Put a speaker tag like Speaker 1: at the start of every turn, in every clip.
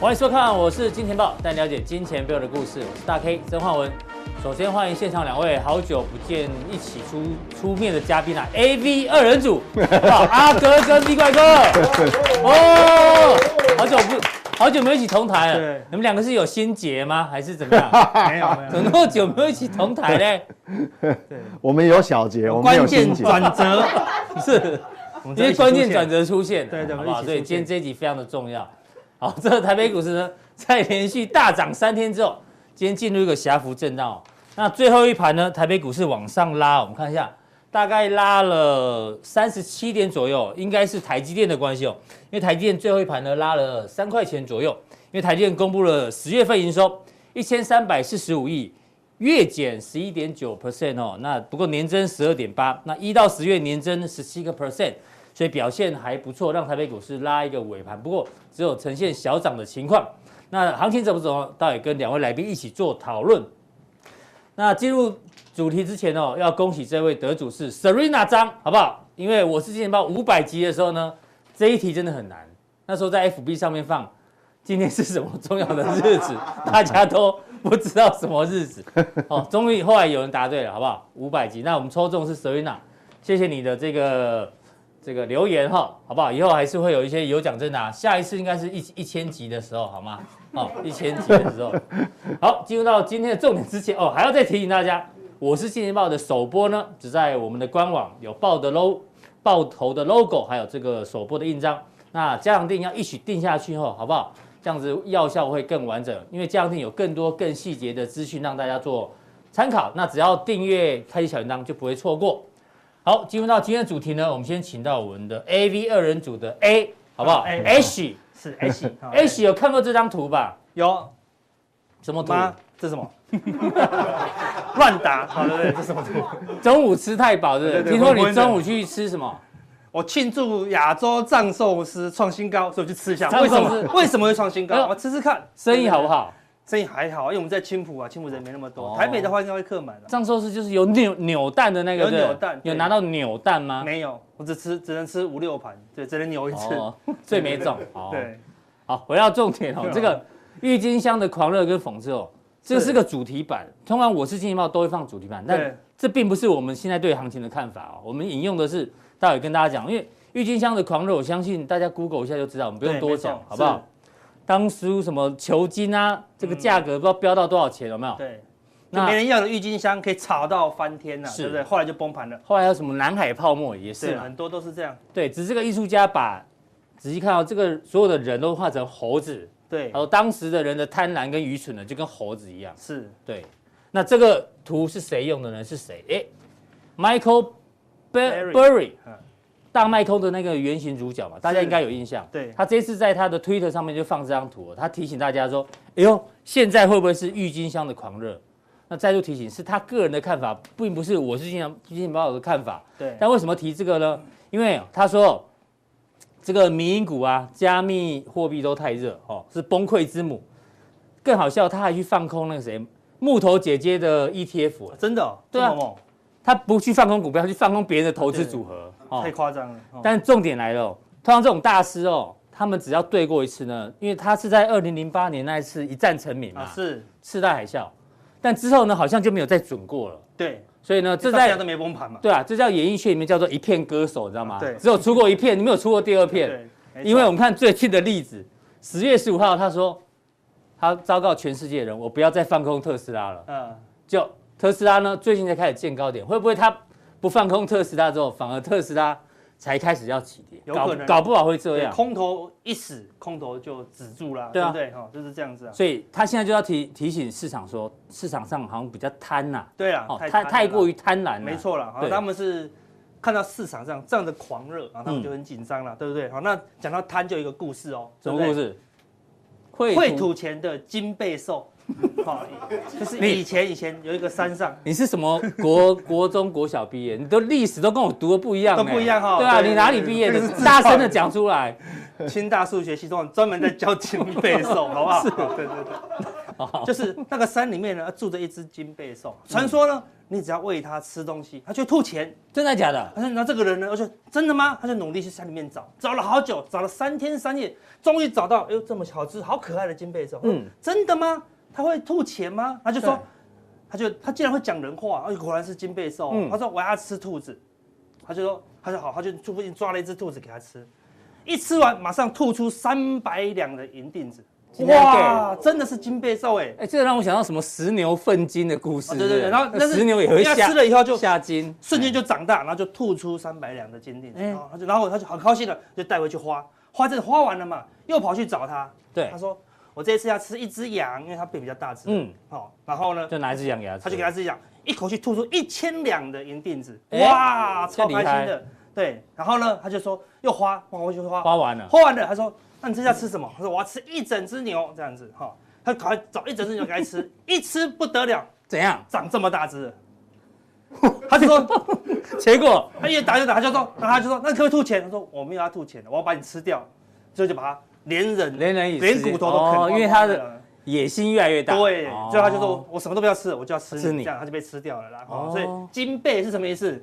Speaker 1: 欢迎收看，我是金钱豹，带你了解金钱背后的故事。我是大 K 曾焕文。首先欢迎现场两位好久不见一起出出面的嘉宾啊，A V 二人组，哇阿哥跟 V 怪哥，哦，好久不好久没有一起同台了
Speaker 2: 对。
Speaker 1: 你们两个是有心结吗？还是怎么样？
Speaker 2: 没有 没
Speaker 1: 怎
Speaker 2: 有，
Speaker 1: 么那么久没有一起同台嘞？
Speaker 3: 我们有小节，
Speaker 1: 哦
Speaker 3: 我们有
Speaker 2: 关
Speaker 3: 心
Speaker 2: 键
Speaker 3: 节。
Speaker 2: 转折，
Speaker 1: 是。
Speaker 2: 我们
Speaker 1: 因
Speaker 2: 在一
Speaker 1: 为
Speaker 2: 起
Speaker 1: 关
Speaker 2: 出
Speaker 1: 键
Speaker 2: 现
Speaker 1: 转，折出现了，
Speaker 2: 对对
Speaker 1: 好不好？
Speaker 2: 我们
Speaker 1: 所
Speaker 2: 一起
Speaker 1: 以
Speaker 2: 出现
Speaker 1: 今天这一集非常的重要。好，这个台北股市呢， 在连续大涨三天之后，今天进入一个狭幅震荡、哦。那最后一盘呢，台北股市往上拉，我们看一下，大概拉了三十七点左右，应该是台积电的关系哦，因为台积电最后一盘呢拉了三块钱左右，因为台积电公布了十月份营收一千三百四十五亿，月减十一点九 percent 哦，那不过年增十二点八，那一到十月年增十七个 percent，所以表现还不错，让台北股市拉一个尾盘，不过只有呈现小涨的情况。那行情怎么走，倒也跟两位来宾一起做讨论。那进入主题之前哦，要恭喜这位得主是 Serena 张，好不好？因为我是之前报五百集的时候呢，这一题真的很难，那时候在 FB 上面放。今天是什么重要的日子，大家都不知道什么日子。 哦，终于后来有人答对了，好不好？五百集，那我们抽中是 Serena，谢谢你的这个这个留言哈，好不好？以后还是会有一些有奖征答，下一次应该是一一千集的时候，好吗？哦，一千集的时候。好，进入到今天的重点之前哦，还要再提醒大家，我是金钱豹的首播呢，只在我们的官网有豹的 logo、豹头的 logo，还有这个首播的印章。那家长定要一起定下去后，好不好？这样子药效会更完整，因为家长定有更多更细节的资讯让大家做参考。那只要订阅开启小铃铛就不会错过。好，进入到今天的主题呢，我们先请到我们的 A V 二人组的 A，好不好
Speaker 2: 好，A
Speaker 1: ？H
Speaker 2: 是 H 好
Speaker 1: H 有看过这张图吧？
Speaker 2: 有
Speaker 1: 什么图？
Speaker 2: 吗？这是什么？乱打，好对对，这是什么图？
Speaker 1: 中午吃太饱，对不对？
Speaker 2: 对对
Speaker 1: 听说
Speaker 2: 昏
Speaker 1: 你
Speaker 2: 昏的
Speaker 1: 中午去吃什么？
Speaker 2: 我庆祝亚洲藏寿司创新高，所以我去吃一下。
Speaker 1: 藏
Speaker 2: 为什
Speaker 1: 寿司
Speaker 2: 么？为什么会创新
Speaker 1: 哎呦
Speaker 2: 高？我吃吃看，
Speaker 1: 生意好不好？
Speaker 2: 生意还好，因为我们在青浦啊，青浦人没那么
Speaker 1: 哦
Speaker 2: 多。台北的话应该会客满啊了。
Speaker 1: 藏寿司就是有扭扭蛋的那个，
Speaker 2: 有
Speaker 1: 对不对
Speaker 2: 扭蛋对
Speaker 1: 有拿到扭蛋吗？
Speaker 2: 没有，我只吃只能吃五六盘，对，只能扭一次。
Speaker 1: 哦，最没中。哦，
Speaker 2: 对，
Speaker 1: 好，回到重点哦
Speaker 2: 对，啊
Speaker 1: 这个郁金香的狂热跟讽刺哦，这个
Speaker 2: 是
Speaker 1: 是个主题版，通常我是金钱豹都会放主题版，但
Speaker 2: 对
Speaker 1: 这并不是我们现在对行情的看法哦，我们引用的是待会跟大家讲，因为郁金香的狂热，我相信大家 Google 一下就知道，我们不用
Speaker 2: 对
Speaker 1: 多
Speaker 2: 没错
Speaker 1: 讲，好不好？当初什么球金啊，这个价格不
Speaker 2: 嗯
Speaker 1: 知道飙到多少钱，有没有？
Speaker 2: 对，就
Speaker 1: 那
Speaker 2: 没人要的郁金香可以炒到翻天呐、
Speaker 1: 是
Speaker 2: 对不对？后来就崩盘了。
Speaker 1: 后来还有什么南海泡沫也是啊
Speaker 2: 对，
Speaker 1: 嘛，
Speaker 2: 很多都是这啊样。
Speaker 1: 对，只是这个艺术家把仔细看到这个所有的人都画成猴子，
Speaker 2: 对
Speaker 1: 然，后当时的人的贪婪跟愚蠢呢，就跟猴子一样。
Speaker 2: 是
Speaker 1: 对，那这个图是谁用的呢？是谁？哎，Michael Ber-
Speaker 2: Berry
Speaker 1: Berry，
Speaker 2: 嗯
Speaker 1: 大麦空的那个原型主角嘛，大家应该有印象。
Speaker 2: 对
Speaker 1: 他这次在他的推特上面就放这张图哦、他提醒大家说：“哎呦，现在会不会是郁金香的狂热？”那再度提醒，是他个人的看法，并不是我是金钱金钱豹的看法。
Speaker 2: 对，
Speaker 1: 但为什么提这个呢？因为他说这个民营股啊、加密货币都太热哦，是崩溃之母。更好笑，他还去放空那个谁木头姐姐的 E ETF，
Speaker 2: 真的、哦，
Speaker 1: 对啊
Speaker 2: 这么猛
Speaker 1: 他不去放空股票，他去放空别人的投资组合哦
Speaker 2: 太。夸张了。哦
Speaker 1: 但重点来了哦，通常这种大师哦，他们只要对过一次呢，因为他是在二零零八年那一次一战成名
Speaker 2: 啊
Speaker 1: 嘛，
Speaker 2: 是，
Speaker 1: 次贷海啸，但之后呢好像就没有再准过了。
Speaker 2: 对，
Speaker 1: 所以呢，
Speaker 2: 这
Speaker 1: 这
Speaker 2: 大
Speaker 1: 在
Speaker 2: 家都没崩盘嘛。
Speaker 1: 对啊，这叫演艺圈里面叫做一片歌手，你知道吗？
Speaker 2: 对
Speaker 1: 只有出过一片，你没有出过第二片。
Speaker 2: 对，没错
Speaker 1: 因为我们看最近的例子，十月十五号，他说他昭告全世界人，我不要再放空特斯拉了。
Speaker 2: 嗯，
Speaker 1: 就特斯拉呢，最近才开始见高点，会不会他不放空特斯拉之后，反而特斯拉才开始要起跌？
Speaker 2: 有
Speaker 1: 搞
Speaker 2: 可能
Speaker 1: 搞不好会这
Speaker 2: 对，啊
Speaker 1: 样。
Speaker 2: 空头一死，空头就止住啦，
Speaker 1: 啊对
Speaker 2: 对
Speaker 1: 啊
Speaker 2: 不对？哈，就是这样子啊。
Speaker 1: 所以他现在就要提提醒市场说，市场上好像比较贪呐、
Speaker 2: 对啊，
Speaker 1: 哦，
Speaker 2: 贪
Speaker 1: 太
Speaker 2: 婪了
Speaker 1: 太过于贪婪、了。
Speaker 2: 没。错啦，好，
Speaker 1: 对
Speaker 2: 他们是看到市场上这样的狂热，哦然后他
Speaker 1: 嗯
Speaker 2: 们就很紧张了，对不对？好，那讲到贪就有一个故事哦，
Speaker 1: 什
Speaker 2: 对
Speaker 1: 么
Speaker 2: 不对
Speaker 1: 故？事？绘
Speaker 2: 绘图前的金背兽，好， 就是
Speaker 1: 你
Speaker 2: 以前以前有一个山上，
Speaker 1: 你是什么国国中、国小毕业？你的历史都跟我读的不一样、欸，
Speaker 2: 都不一样哈
Speaker 1: 对啊，
Speaker 2: 对
Speaker 1: 你哪里毕业
Speaker 2: 这
Speaker 1: 的
Speaker 2: 个是？自
Speaker 1: 大
Speaker 2: 创
Speaker 1: 声的讲出来。
Speaker 2: 清大数学系统专门在教金背兽， 好不嗯好？对对对，就是那个山里面呢住着一只金背兽，传说呢你只要喂它吃东西，它就会吐钱。
Speaker 1: 真的假的？
Speaker 2: 他说：“那这个人呢？”我说：“真的吗？”他就努力去山里面找，找了好久，找了三天三夜，终于找到，哎呦，这么好吃、好可爱的金背兽。
Speaker 1: 嗯
Speaker 2: 嗯，真的吗？他会吐钱吗？他就
Speaker 1: 对
Speaker 2: 说，他就他竟然会讲人话，哎，果然是金背兽哦。
Speaker 1: 嗯
Speaker 2: 他说我要吃兔子，他就说他说好，他就去附近抓了一只兔子给他吃，一吃完马上吐出三百两的银锭子，
Speaker 1: 金背
Speaker 2: 哇，真的是金背兽哎。
Speaker 1: 哎，这让我想到什么石牛粪金的故事。
Speaker 2: 啊
Speaker 1: 是
Speaker 2: 对
Speaker 1: 不
Speaker 2: 对
Speaker 1: 是
Speaker 2: 对，然后但是
Speaker 1: 石牛也会
Speaker 2: 因为它
Speaker 1: 下
Speaker 2: 吃了以后就
Speaker 1: 下金，
Speaker 2: 瞬间就长大，然后就吐出三百两的金锭，
Speaker 1: 哎
Speaker 2: 然后他就然后他就很高兴的就带回去花，花这花完了嘛，又跑去找他，
Speaker 1: 对
Speaker 2: 他，说我这一次要吃一只羊，因为它变比较大只，
Speaker 1: 嗯，
Speaker 2: 好、然后呢，
Speaker 1: 就拿一只羊给他吃，
Speaker 2: 他就给他自己讲，一口气吐出一千两的银锭子，
Speaker 1: 哎
Speaker 2: 哇，
Speaker 1: 这
Speaker 2: 超
Speaker 1: 厉
Speaker 2: 开
Speaker 1: 害
Speaker 2: 心的，对，然后呢，他就说又花，花回去花，
Speaker 1: 花完了，
Speaker 2: 花完了，他说那你这次要吃什么？他说我要吃一整只牛这样子，哈、他赶快找一整只牛给他吃，一吃不得了，
Speaker 1: 怎 样？
Speaker 2: 长这么大只了，他就说。
Speaker 1: 结果
Speaker 2: 他一打就打，他就说，然后他就说，那可不可以吐钱？他说我没有要吐钱的，我要把你吃掉，所以就把他连人
Speaker 1: 连人也吃
Speaker 2: 连骨头都啃
Speaker 1: 哦
Speaker 2: 光，
Speaker 1: 因为
Speaker 2: 光
Speaker 1: 他的
Speaker 2: 了
Speaker 1: 野心越来越大，
Speaker 2: 对，
Speaker 1: 哦
Speaker 2: 所以他就说我什么都不要吃了，我就要吃
Speaker 1: 吃你
Speaker 2: 你，这样他就被吃掉了啦。
Speaker 1: 哦
Speaker 2: 哦，所以金贝是什么意思？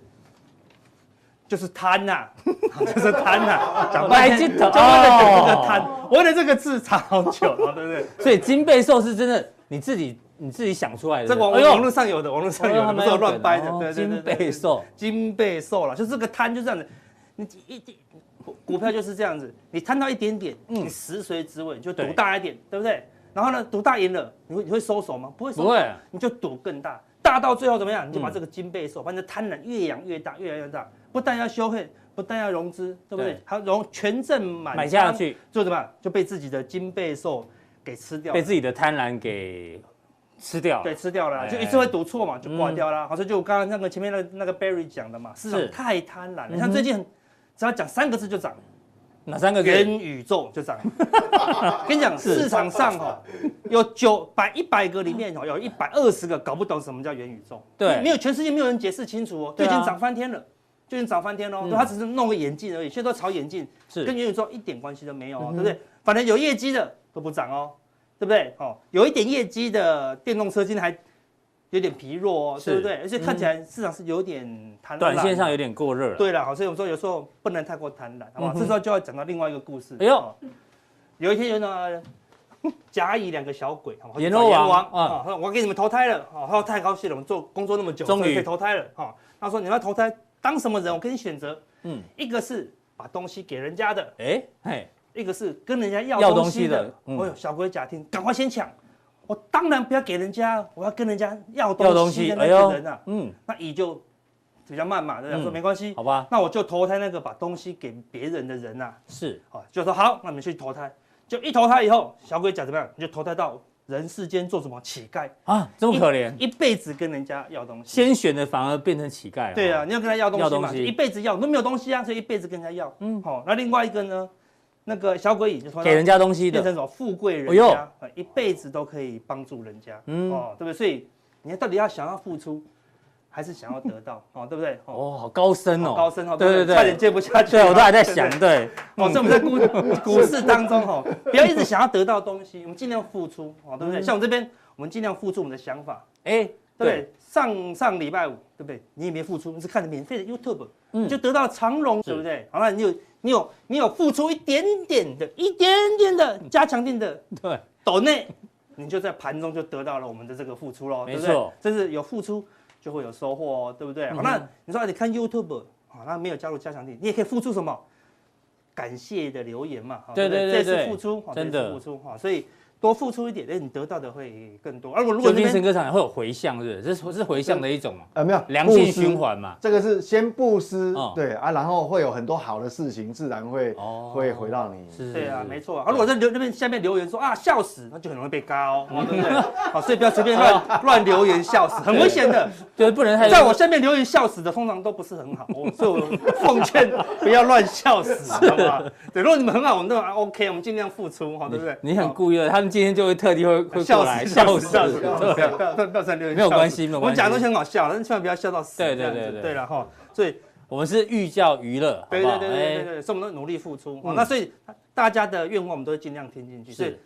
Speaker 2: 就是贪 呐，就是贪呐，讲半
Speaker 1: 来
Speaker 2: 天
Speaker 1: 镜头
Speaker 2: 就为了讲这
Speaker 1: 哦
Speaker 2: 个贪，我为了这个字查好久，哦对不对？
Speaker 1: 所以金背兽是真的，你自己你自己想出来的。
Speaker 2: 这网
Speaker 1: 哎呦
Speaker 2: 网络上有的，网络上有
Speaker 1: 哎呦
Speaker 2: 的，不是我
Speaker 1: 还蛮有
Speaker 2: 乱掰的
Speaker 1: 梗，的哦
Speaker 2: 对对对对，对
Speaker 1: 金贝兽，
Speaker 2: 金贝兽啦，就是这个贪就这样子，你一一股股票就是这样子，你贪到一点点，你食髓知味，你就
Speaker 1: 嗯对
Speaker 2: 赌大一点，对不对？然后呢，赌大赢了，你会你会收手吗？不会收手，
Speaker 1: 不会嗯
Speaker 2: 你就赌更大，大到最后怎么样？你就把这个金贝兽，把你的贪婪越养越大，越来越大，不但要修恨，不但要融资，对不对
Speaker 1: 对？
Speaker 2: 还融全正满仓
Speaker 1: 买下，去，
Speaker 2: 就怎么样？就被自己的金贝兽给吃掉了，
Speaker 1: 被自己的贪婪给吃掉。
Speaker 2: 对，，吃掉了啦，
Speaker 1: 哎嗯
Speaker 2: 就一次会赌错嘛，就挂掉啦。好，所以就我刚刚那个前面那个那个 Barry 讲的嘛，市
Speaker 1: 是嗯
Speaker 2: 场太贪婪了，像最近很只要讲三个字就涨，
Speaker 1: 哪三个字？
Speaker 2: 元宇宙 就涨。跟你讲，市场上哈有九百一百个里面哦，有一百二十个搞不懂什么叫元宇宙，
Speaker 1: 对
Speaker 2: 没有全世界没有人解释清楚哦，
Speaker 1: 对
Speaker 2: 就
Speaker 1: 啊嗯
Speaker 2: 已经涨翻天了。就已经涨翻天喽，对他只是弄个眼镜而已，现在都炒眼镜，跟
Speaker 1: 是嗯
Speaker 2: 元宇宙一点关系都没有、哦，对不对？反正有业绩的都不涨哦，对不对？哦，有一点业绩的电动车今天还有点疲弱哦，
Speaker 1: 是嗯
Speaker 2: 对不对？而且看起来市场是有点贪婪，哦
Speaker 1: 短线上有点过热了。，
Speaker 2: 对了，好，所以我说有时候不能太过贪婪，好不好？
Speaker 1: 嗯哼
Speaker 2: 这时候就要讲到另外一个故事。
Speaker 1: 哎呦
Speaker 2: 哦，有一天有呢，甲乙两个小鬼，好不好
Speaker 1: 阎罗王
Speaker 2: 阎王
Speaker 1: 啊
Speaker 2: 啊，他说我给你们投胎了，哦，他说太高兴了，我们做工作那么久，
Speaker 1: 终于
Speaker 2: 所以可以投胎了，哈。他说你们要投胎当什么人？我给你选择，
Speaker 1: 嗯
Speaker 2: 嗯，一个是把东西给人家的，
Speaker 1: 哎，嘿，
Speaker 2: 一个是跟人家要
Speaker 1: 要
Speaker 2: 东
Speaker 1: 东西
Speaker 2: 西的，
Speaker 1: 的嗯
Speaker 2: 哦呦，小鬼假听，赶快先抢！我当然不要给人家，我要跟人家要
Speaker 1: 要东
Speaker 2: 东西
Speaker 1: 西，
Speaker 2: 的
Speaker 1: 哎
Speaker 2: 那
Speaker 1: 呦
Speaker 2: 个人啊，，
Speaker 1: 嗯，
Speaker 2: 那乙就比较慢嘛，对
Speaker 1: 嗯
Speaker 2: 不对？说没关系，
Speaker 1: 好吧，
Speaker 2: 那我就投胎那个把东西给别人的人啊，
Speaker 1: 是
Speaker 2: 啊，就说好，那你们去投胎。就一投胎以后，小鬼甲怎么样？你就投胎到人世间做什么乞丐，
Speaker 1: 啊，这么可怜，
Speaker 2: 一辈子跟人家要东西。
Speaker 1: 先选的反而变成乞丐。
Speaker 2: 对啊，
Speaker 1: 哦，
Speaker 2: 你要跟他要东
Speaker 1: 要
Speaker 2: 西
Speaker 1: 东
Speaker 2: 嘛，
Speaker 1: 西
Speaker 2: 一辈子要都没有东西啊，所以一辈子跟人家要。嗯，好，那另外一个呢，那个小鬼乙就投胎到
Speaker 1: 给人家东西
Speaker 2: 变成
Speaker 1: 的，
Speaker 2: 什么富贵人
Speaker 1: 哎
Speaker 2: 家
Speaker 1: 呦，
Speaker 2: 呃一辈子都可以帮助人家，
Speaker 1: 嗯
Speaker 2: 哦，对不对？所以你到底要想要付出，还是想要得到，哦，对不对？哦，
Speaker 1: 哦，好高深
Speaker 2: 好
Speaker 1: 哦，
Speaker 2: 高深哦，
Speaker 1: 对
Speaker 2: 不
Speaker 1: 对对，
Speaker 2: 差点接不下去，
Speaker 1: 对我都还在想，
Speaker 2: 对不对
Speaker 1: 对，
Speaker 2: 哦，所以我们 在股股市当中哦，不要一直想要得到东西，我们尽量付出，哦，对不
Speaker 1: 嗯
Speaker 2: 对？像我们这边，我们尽量付出我们的想法，
Speaker 1: 哎，
Speaker 2: 对不对？上上礼拜五，对不对？你也没付出，你是看了免费的 YouTube，你
Speaker 1: 嗯
Speaker 2: 就得到长荣，对不对？好，那你有你有你有付出一点点的，一点点的加强定的。
Speaker 1: 对，
Speaker 2: 抖内，你就在盘中就得到了我们的这个付出喽，
Speaker 1: 没
Speaker 2: 对不对
Speaker 1: 错？嗯
Speaker 2: 这是有付出就会有收获哦，对不对？好，那你说、啊、你看 YouTube，好，那没有加入加强店，你也可以付出什么？感谢的留言嘛，好
Speaker 1: 对
Speaker 2: 不
Speaker 1: 对对
Speaker 2: 这也
Speaker 1: 对
Speaker 2: 是付出，好
Speaker 1: 真
Speaker 2: 这也是
Speaker 1: 的
Speaker 2: 付出哈，所以多付出一点，哎，你得到的会更多。而我如果
Speaker 1: 就
Speaker 2: 那
Speaker 1: 精神
Speaker 2: 边
Speaker 1: 歌场会有回向，是不是？这是是回向的一种嘛，
Speaker 3: 呃，没有
Speaker 1: 良性
Speaker 3: 布施
Speaker 1: 循环嘛。
Speaker 3: 这个是先布施
Speaker 1: 哦，
Speaker 3: 对啊，然后会有很多好的事情，自然会
Speaker 1: 哦
Speaker 3: 会回到你。
Speaker 1: 是，
Speaker 2: 对啊，没
Speaker 1: 错。
Speaker 2: 错啊。而如果在留那边下面留言说啊笑死，那就很容易被嘎哦，哦对 不对？好，所以不要随便乱乱留言笑死，很危险的。
Speaker 1: 就是不能太
Speaker 2: 在我下面留言笑死的，通常都不是很好，我所以我奉劝不要乱笑死，好不好？对，如果你们很好，我们都还 OK，我们尽量付出，哈，对不对？
Speaker 1: 你很
Speaker 2: 好
Speaker 1: 故意的，他们今天就会特地会会过来
Speaker 2: 笑死，
Speaker 1: 笑
Speaker 2: 笑
Speaker 1: 死
Speaker 2: 死，
Speaker 1: 对
Speaker 2: 不要不要不要不要乱留言，
Speaker 1: 没有关系
Speaker 2: 笑死
Speaker 1: 没有
Speaker 2: 我
Speaker 1: 关
Speaker 2: 们
Speaker 1: 系
Speaker 2: 讲的东西很好笑，但是千万不要笑到死，
Speaker 1: 对对
Speaker 2: 这样
Speaker 1: 对
Speaker 2: 子
Speaker 1: 对
Speaker 2: 对了哈，所以
Speaker 1: 我们是寓教于乐，好
Speaker 2: 对
Speaker 1: 不好？
Speaker 2: 对对对对
Speaker 1: 哎，嗯
Speaker 2: 对，所以我们都努力付出，哦那所以大家的愿望我们都会尽量听进去，所以
Speaker 1: 是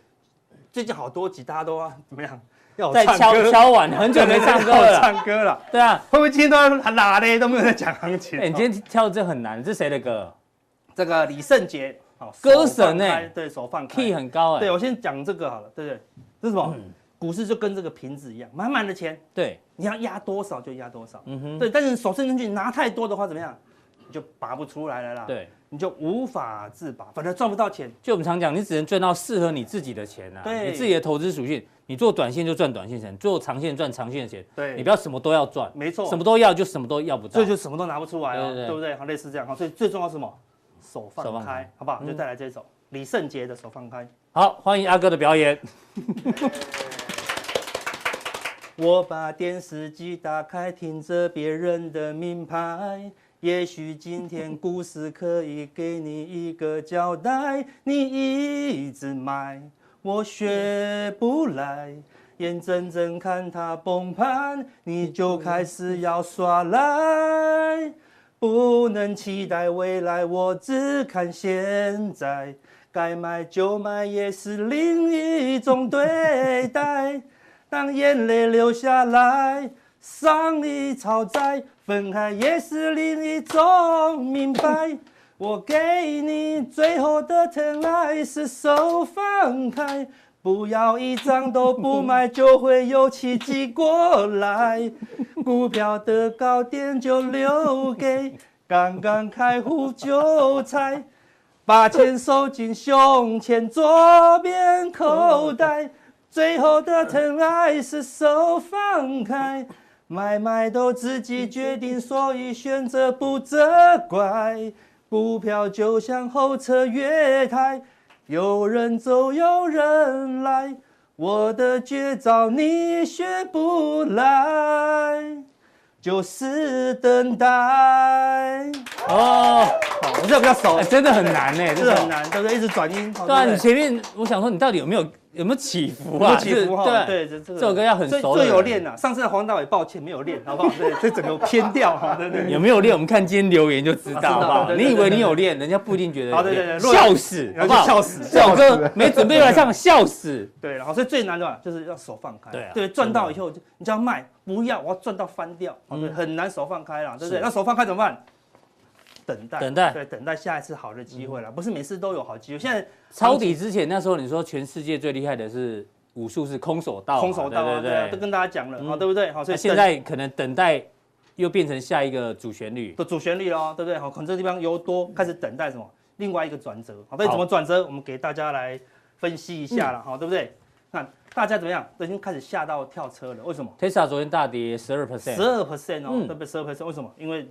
Speaker 2: 最近好多集大家都啊怎么样？要我
Speaker 1: 在
Speaker 2: 唱
Speaker 1: 敲
Speaker 2: 歌
Speaker 1: 敲碗，很久没唱歌
Speaker 2: 要我
Speaker 1: 了。
Speaker 2: 唱歌了，
Speaker 1: 对啊，
Speaker 2: 会不会今天都要拉嘞？都没有在讲行情。
Speaker 1: 哎、你今天跳的这很难，这谁的歌
Speaker 2: 这个李圣杰，好
Speaker 1: 歌神欸
Speaker 2: 哎，对哦手放开
Speaker 1: ？key 很高哎、嗯
Speaker 2: 对我先讲这个好了，对不对？这是什么？股市就跟这个瓶子一样，满满的钱，
Speaker 1: 对，
Speaker 2: 你要压多少就压多少。
Speaker 1: 嗯哼，
Speaker 2: 对，但是手伸进去拿太多的话，怎么样？你就拔不出来了啦。，
Speaker 1: 对，
Speaker 2: 你就无法自拔，反正赚不到钱。
Speaker 1: 就我们常讲，你只能赚到适合你自己的钱啊，
Speaker 2: 对
Speaker 1: 你自己的投资属性，你做短线就赚短线钱，做长线赚长线钱，
Speaker 2: 对
Speaker 1: 你不要什么都要赚，
Speaker 2: 没错，
Speaker 1: 什么都要就什么都要不到
Speaker 2: 所以。就什么都拿不出来
Speaker 1: 对
Speaker 2: 哦，
Speaker 1: 对对
Speaker 2: 对不对？好，类似这样。好，所以最重要是什么？手
Speaker 1: 手
Speaker 2: 放
Speaker 1: 放
Speaker 2: 开
Speaker 1: 开，
Speaker 2: 好不好？
Speaker 1: 嗯
Speaker 2: 就带来这首李圣杰的《手放开》。
Speaker 1: 好，欢迎阿哥的表演。
Speaker 2: 我把电视机打开，听着别人的名牌。也许今天故事可以给你一个交代。你一直买，我学不来。眼睁睁看它崩盘，你就开始要耍赖。不能期待未来，我只看现在。该买就买也是另一种对待。当眼泪流下来，伤已超载，分开也是另一种明白。我给你最后的疼爱是手放开，不要一张都不买，就会有奇迹过来。股票的高点就留给刚刚开户韭菜。把钱收进胸前左边口袋，最后的疼爱是手放开，买卖都自己决定，所以选择不责怪。股票就像候车月台，有人走有人来，我的绝招你学不来，就是等待。
Speaker 1: 哦，
Speaker 2: 好，我这比较熟
Speaker 1: 哎，真的很难哎、
Speaker 2: 这
Speaker 1: 这
Speaker 2: 个
Speaker 1: 首
Speaker 2: 很。难，对不对？一直转音，
Speaker 1: 对啊，你
Speaker 2: 不
Speaker 1: 前面我想说你到底有没有有没有起伏
Speaker 2: 对
Speaker 1: 啊？
Speaker 2: 不起符
Speaker 1: 是
Speaker 2: 号，
Speaker 1: 对，
Speaker 2: 对，这这个
Speaker 1: 这首歌要很
Speaker 2: 最
Speaker 1: 熟的
Speaker 2: 最有
Speaker 1: 人
Speaker 2: 练呐。上次的黄大伟抱歉没有练，好不好？对，这整个偏掉，哈，对对对。
Speaker 1: 有没有练？我们看今天留言就知
Speaker 2: 啊知
Speaker 1: 道，好
Speaker 2: 道
Speaker 1: 不好？
Speaker 2: 对对
Speaker 1: 你
Speaker 2: 对
Speaker 1: 以为
Speaker 2: 对
Speaker 1: 你有练，人家不一定觉得有
Speaker 2: 好对对
Speaker 1: 练
Speaker 2: 对如果
Speaker 1: 笑死，好
Speaker 2: 然
Speaker 1: 不
Speaker 2: 后就
Speaker 1: 好？
Speaker 2: 笑死
Speaker 1: 这首歌没准备来唱，笑死。
Speaker 2: 对，然后所以最难的就是要手放开，
Speaker 1: 对啊
Speaker 2: 对，赚到以后就你就要卖，不要，我要赚到翻掉，哦对，很难手放开了，对不
Speaker 1: 嗯
Speaker 2: 对？
Speaker 1: 是
Speaker 2: 那手放开怎么办？等待，
Speaker 1: 等待
Speaker 2: 对，等待下一次好的机会了，不是每次都有好机会。现在
Speaker 1: 抄底之前那时候你说全世界最厉害的是武术是空手道嘛，
Speaker 2: 空手道啊，
Speaker 1: 对
Speaker 2: 对啊，都
Speaker 1: 对对。
Speaker 2: 跟大家讲了，好，
Speaker 1: 嗯
Speaker 2: 对不对？好，所
Speaker 1: 那
Speaker 2: 以
Speaker 1: 现
Speaker 2: 等
Speaker 1: 在可能等待又变成下一个主旋律，
Speaker 2: 的主旋律咯，对不对？好，可能这地方由多开始等待什么另外一个转折，好，到
Speaker 1: 嗯
Speaker 2: 底
Speaker 1: 好嗯
Speaker 2: 怎么转折，我们给大家来分析一下了，好，对不对？看大家怎么样，都已经开始吓到跳车了，为什么？
Speaker 1: Tesla 昨天大跌十二
Speaker 2: 十
Speaker 1: percent，
Speaker 2: 二 percent 哦，
Speaker 1: 嗯
Speaker 2: 对不对？十二 percent，为什么？因为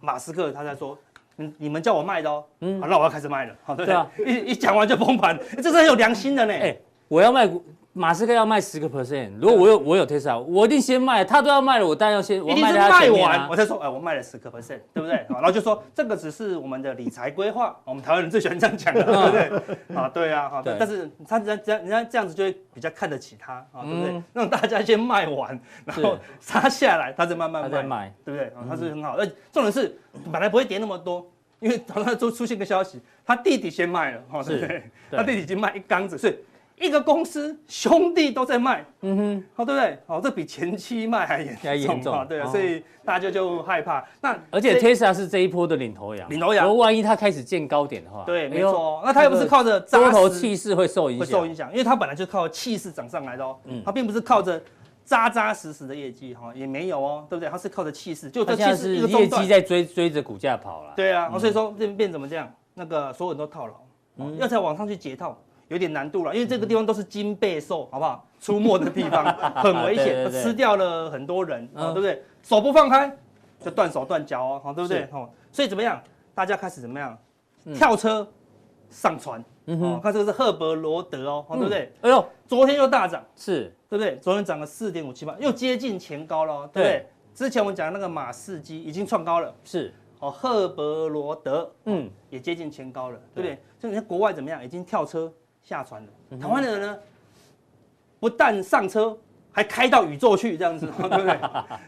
Speaker 2: 马斯克他在说。你你们叫我卖的哦，好，那我要开始卖了，好，
Speaker 1: 嗯
Speaker 2: 对不
Speaker 1: 对啊
Speaker 2: 对？ 一一讲完就崩盘，这是很有良心的呢。
Speaker 1: 哎，我要卖股，马斯克要卖十个 percent，如果我有我有 Tesla，我一定先卖，他都要卖了，我当然要先，我
Speaker 2: 一
Speaker 1: 要
Speaker 2: 定是
Speaker 1: 在他
Speaker 2: 卖
Speaker 1: 前面
Speaker 2: 完，
Speaker 1: 啊
Speaker 2: 我。才说，哎，我卖了十个 percent，对 不对？好然后就说这个只是我们的理财规划，哦我们台湾人最喜欢这样讲了，对不对？啊，对啊，好，
Speaker 1: 嗯对
Speaker 2: 但是他这样这样，人家这样子就会比较看得起他啊，对不对
Speaker 1: 嗯？
Speaker 2: 让大家先卖完，然后
Speaker 1: 是
Speaker 2: 杀下来，他再慢慢
Speaker 1: 他在
Speaker 2: 卖，
Speaker 1: 卖，嗯
Speaker 2: 对不对？啊，他是很好，而且重点是本来不会跌那么多。因为早上就出现个消息，他弟弟先卖了，哦，对不对？
Speaker 1: 对
Speaker 2: 他弟弟已经卖一缸子，所以一个公司兄弟都在卖，
Speaker 1: 嗯哼，
Speaker 2: 好、对不对？好、这比前期卖还严重，
Speaker 1: 还严重
Speaker 2: 啊对、啊，
Speaker 1: 哦
Speaker 2: 所以大家就害怕。那
Speaker 1: 而且
Speaker 2: 这
Speaker 1: Tesla 是这一波的领头羊，
Speaker 2: 领头羊
Speaker 1: 如果万一它开始见高点的话，
Speaker 2: 对，没
Speaker 1: 哎呦
Speaker 2: 错、，哦，那他又不是靠着扎
Speaker 1: 多头
Speaker 2: 实
Speaker 1: 气势会受影
Speaker 2: 会受
Speaker 1: 响
Speaker 2: 影。响，因为他本来就靠气势涨上来的哦，
Speaker 1: 嗯
Speaker 2: 他并不是靠着扎扎实实的业绩哈、也没有哦，对不对？他是靠着气势，就
Speaker 1: 它
Speaker 2: 这
Speaker 1: 现在是
Speaker 2: 气势一个
Speaker 1: 业
Speaker 2: 中
Speaker 1: 绩
Speaker 2: 断，
Speaker 1: 在追追着股价跑了，
Speaker 2: 对啊，所以说这变怎么这样？那个所有人都套牢，哦
Speaker 1: 嗯
Speaker 2: 要在网上去解套。有点难度了，因为这个地方都是金背兽，好不好？出没 的地方很危
Speaker 1: 对
Speaker 2: 险，
Speaker 1: 对对
Speaker 2: 吃掉了很多人，哦
Speaker 1: 嗯
Speaker 2: 对不对？手不放开就断手断脚哦，好，对不对
Speaker 1: 是？
Speaker 2: 哦，所以怎么样？大家开始怎么样
Speaker 1: 嗯？
Speaker 2: 跳车上船，
Speaker 1: 嗯
Speaker 2: 哦
Speaker 1: 哼，，
Speaker 2: 看这个是赫伯罗德哦，哦对不对？
Speaker 1: 哎呦，
Speaker 2: 昨天又大涨，
Speaker 1: 是
Speaker 2: 对不对？昨天涨了四点五七八，又接近前高了哦，对不对？之前我们讲那个马士基已经创高了，
Speaker 1: 是，
Speaker 2: 哦，赫伯罗德哦
Speaker 1: 嗯，
Speaker 2: 也接近前高了，对不
Speaker 1: 对嗯
Speaker 2: 对？所以你看国外怎么样，已经跳车下船了。台湾的人呢，不但上车，还开到宇宙去，这样子， 对不对？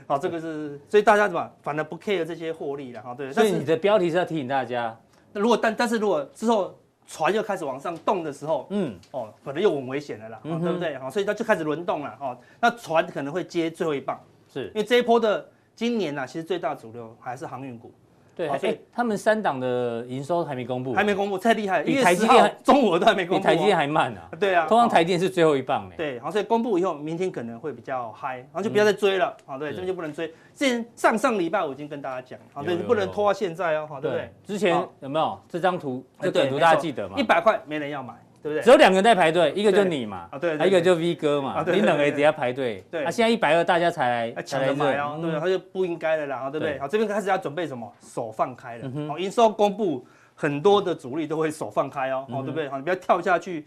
Speaker 2: 好，这个是，所以大家怎么反而不 care 这些获利了哈，对。
Speaker 1: 所
Speaker 2: 但
Speaker 1: 以你
Speaker 2: 是
Speaker 1: 的标题是要提醒大家，
Speaker 2: 如果但但是如果之后船又开始往上动的时候，
Speaker 1: 嗯，
Speaker 2: 哦，可能又很危险了啦，哦
Speaker 1: 嗯哼
Speaker 2: 对不对？好、所以它就开始轮动了，哦，那船可能会接最后一棒，
Speaker 1: 是
Speaker 2: 因为这一波的今年呢、啊，其实最大主流还是航运股，
Speaker 1: 对。
Speaker 2: 好
Speaker 1: 哎、
Speaker 2: 所以
Speaker 1: 他们三档的营收还没公布，
Speaker 2: 还没公布，太厉害了，
Speaker 1: 比
Speaker 2: 因为
Speaker 1: 台积电
Speaker 2: 10号
Speaker 1: 还
Speaker 2: 中午都还没公
Speaker 1: 比
Speaker 2: 布、
Speaker 1: 台积电还慢 啊。
Speaker 2: 还对啊，
Speaker 1: 通常
Speaker 2: 哦
Speaker 1: 台积电是最后一棒呢、欸
Speaker 2: 对，好，所以公布以后，明天可能会比较嗨，然后就不要再追了，好，
Speaker 1: 嗯
Speaker 2: 对，
Speaker 1: 是
Speaker 2: 这边就不能追。之前上上礼拜我已经跟大家讲，好，对，
Speaker 1: 有有
Speaker 2: 你不能
Speaker 1: 有
Speaker 2: 拖到现在哦，好，对不对？
Speaker 1: 之前
Speaker 2: 好
Speaker 1: 有没有这张图？
Speaker 2: 哎
Speaker 1: 这梗
Speaker 2: 对
Speaker 1: 图
Speaker 2: 没
Speaker 1: 大家
Speaker 2: 错
Speaker 1: 记得吗
Speaker 2: 一？百块没人要买，对不对？
Speaker 1: 只有两个人在排队，一个就你嘛，
Speaker 2: 啊对对
Speaker 1: 还有一个就 V 哥嘛，
Speaker 2: 啊对对
Speaker 1: 你两个
Speaker 2: 对
Speaker 1: 人
Speaker 2: 对
Speaker 1: 底下排队。
Speaker 2: 对
Speaker 1: 啊，现在一百二大家才
Speaker 2: 啊
Speaker 1: 来，才
Speaker 2: 抢
Speaker 1: 来
Speaker 2: 着买
Speaker 1: 认
Speaker 2: 哦，
Speaker 1: 嗯
Speaker 2: 对不对？他就不应该了啦，对不对？
Speaker 1: 对
Speaker 2: 好，这边开始要准备什么？手放开了
Speaker 1: 嗯，哼
Speaker 2: 好，营收公布，很多的主力都会手放开哦，
Speaker 1: 嗯
Speaker 2: 好，
Speaker 1: 哼
Speaker 2: 对不对？好，你不要跳下去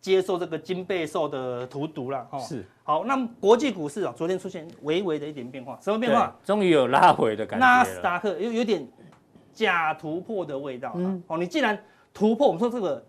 Speaker 2: 接受这个金背兽的荼毒啦，哦。
Speaker 1: 是
Speaker 2: 好，那么国际股市啊，昨天出现微微的一点变化，什么变化？
Speaker 1: 对终于有拉回的感觉了。
Speaker 2: 纳斯达克有有点假突破的味道、啊。
Speaker 1: 嗯
Speaker 2: 哦，你既然突破，我们说这个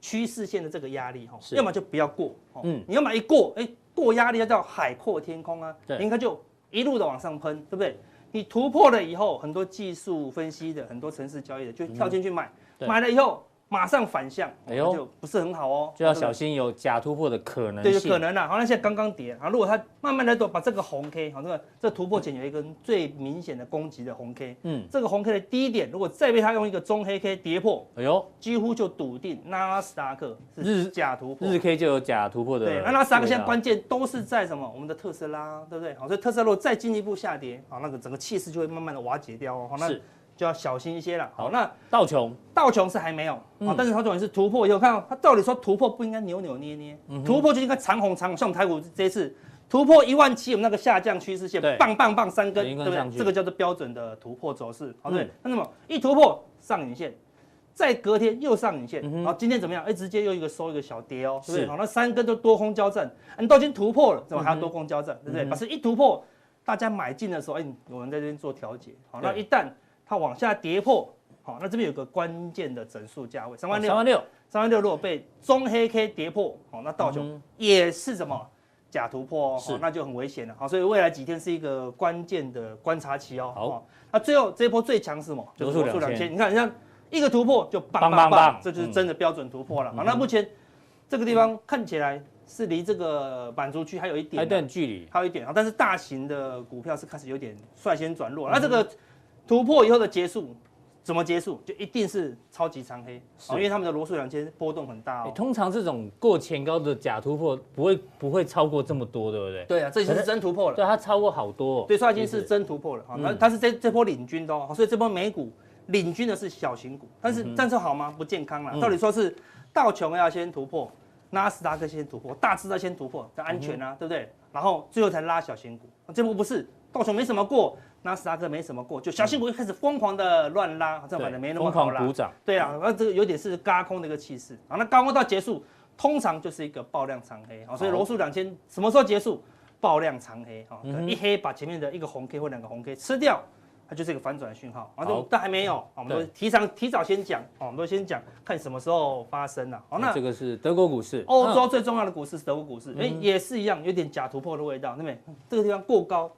Speaker 2: 趋势线的这个压力哈、哦，
Speaker 1: 是
Speaker 2: 要么就不要过，哦、
Speaker 1: 嗯
Speaker 2: 你要么一过，哎、过压力要叫海阔天空啊，
Speaker 1: 对
Speaker 2: 你应该就一路的往上喷，对不对？你突破了以后，很多技术分析的、很多城市交易的就跳进去买，
Speaker 1: 对
Speaker 2: 买了以后马上反向，
Speaker 1: 哎
Speaker 2: 哎
Speaker 1: 呦
Speaker 2: 呦，就不是很好哦，
Speaker 1: 就要
Speaker 2: 哦对不对
Speaker 1: 小心有假突破的可能
Speaker 2: 对，有
Speaker 1: 性。
Speaker 2: 可能啦。好，那现在刚刚跌，好，如果它慢慢的把这个红 K，好，这个这突破前有一根最明显的攻击的红 K，
Speaker 1: 嗯，
Speaker 2: 这个红 K 的低点，如果再被它用一个中黑 K 跌破，
Speaker 1: 哎呦，
Speaker 2: 几乎就笃定纳斯达克
Speaker 1: 日
Speaker 2: 是假突破。
Speaker 1: 日啊 K 就有假突破的。
Speaker 2: 对，那啊纳斯达克现在关键都是在什么？我们的特斯拉，对不对？好，所以特斯拉如果再进一步下跌，好，那个整个气势就会慢慢的瓦解掉哦。好，那
Speaker 1: 是
Speaker 2: 就要小心一些了。
Speaker 1: 好
Speaker 2: 好，那
Speaker 1: 道琼，
Speaker 2: 道琼是还没有，
Speaker 1: 嗯
Speaker 2: 啊，但是它总是突破以后，看哦它照理说突破不应该扭扭捏捏，
Speaker 1: 嗯
Speaker 2: 突破就应该长红长红，像我们台股这一次突破一万七，我们那个下降趋势线
Speaker 1: 对，
Speaker 2: 棒棒棒三根，
Speaker 1: 对
Speaker 2: 对
Speaker 1: 一根
Speaker 2: 不对
Speaker 1: 上？去
Speaker 2: 这个叫做标准的突破走势，好对
Speaker 1: 嗯。
Speaker 2: 那么一突破上影线，再隔天又上影线
Speaker 1: 嗯哼，
Speaker 2: 然后今天怎么样？哎，直接又一个收一个小跌哦，对不
Speaker 1: 是嗯
Speaker 2: 对？好，那三根都多空交战，啊你都已经突破了，怎么还要多空交战？对不对？
Speaker 1: 嗯哼
Speaker 2: 把这一突破，大家买进的时候，哎，你我们在这边做调节，好，那
Speaker 1: 对
Speaker 2: 一旦它往下跌破。好，那这边有个关键的整数价位，三万六
Speaker 1: 哦三，万六，
Speaker 2: 三万六如果被中黑 K 跌破，好，那道
Speaker 1: 嗯
Speaker 2: 琼也是什么假突破哦，
Speaker 1: 是
Speaker 2: 好那就很危险了。好，所以未来几天是一个关键的观察期哦。
Speaker 1: 好
Speaker 2: 哦，那最后这一波最强是什么？就是
Speaker 1: 罗
Speaker 2: 罗
Speaker 1: 素
Speaker 2: 素
Speaker 1: 两
Speaker 2: 两
Speaker 1: 千
Speaker 2: 千，你看，你看一个突破就
Speaker 1: 棒
Speaker 2: 棒
Speaker 1: 棒
Speaker 2: 棒
Speaker 1: 棒
Speaker 2: 棒，这就是
Speaker 1: 嗯
Speaker 2: 真的标准突破了。好，
Speaker 1: 嗯
Speaker 2: 那
Speaker 1: 哼
Speaker 2: 目前这个地方看起来是离这个满足区还有一点
Speaker 1: 还有
Speaker 2: 啊，
Speaker 1: 一段距离。
Speaker 2: 还有一点啊，但是大型的股票是开始有点率先转弱。那这个突破以后的结束怎么结束？就一定是超级长黑，
Speaker 1: 是
Speaker 2: 哦，因为他们的罗素两千波动很大
Speaker 1: 哎
Speaker 2: 哦。
Speaker 1: 通常这种过前高的假突破不会不会超过这么多，对不对？
Speaker 2: 对啊，这已经是真突破了。
Speaker 1: 对，它超过好多哦。
Speaker 2: 对，所以它已经
Speaker 1: 其实
Speaker 2: 是真突破了哈。
Speaker 1: 嗯
Speaker 2: 那它是这这波领军的哦，所以这波美股领军的是小型股，但是但是好吗？不健康啦。
Speaker 1: 嗯
Speaker 2: 照理说是道琼要先突破，纳斯达克先突破，大致要先突破，这安全
Speaker 1: 嗯
Speaker 2: 啊，对不对？然后最后才拉小型股，这波不是道琼没什么过，纳斯达克没什么过，就小型股一开始疯狂的乱拉，这样反
Speaker 1: 对
Speaker 2: 正没那么
Speaker 1: 疯
Speaker 2: 好
Speaker 1: 狂
Speaker 2: 啦。
Speaker 1: 鼓掌。
Speaker 2: 对啊，那这个有点是嘎空的一个气势啊。那嘎空到结束，通常就是一个爆量长黑啊，所以
Speaker 1: 好
Speaker 2: 罗素两千什么时候结束？爆量长黑啊，可
Speaker 1: 嗯哼
Speaker 2: 能一黑把前面的一个红 K 或两个红 K 吃掉，它就是一个反转的讯号。啊，
Speaker 1: 好
Speaker 2: 这但还没有，啊我们都
Speaker 1: 对
Speaker 2: 提倡提早先讲，哦我们都先讲看什么时候发生啊。好，
Speaker 1: 嗯
Speaker 2: 那哦
Speaker 1: 这个嗯是德国股市，
Speaker 2: 欧
Speaker 1: 嗯
Speaker 2: 洲最重要的股市是德国股市，哎，也是一样，有点假突破的味道，对不对？这个地方过高。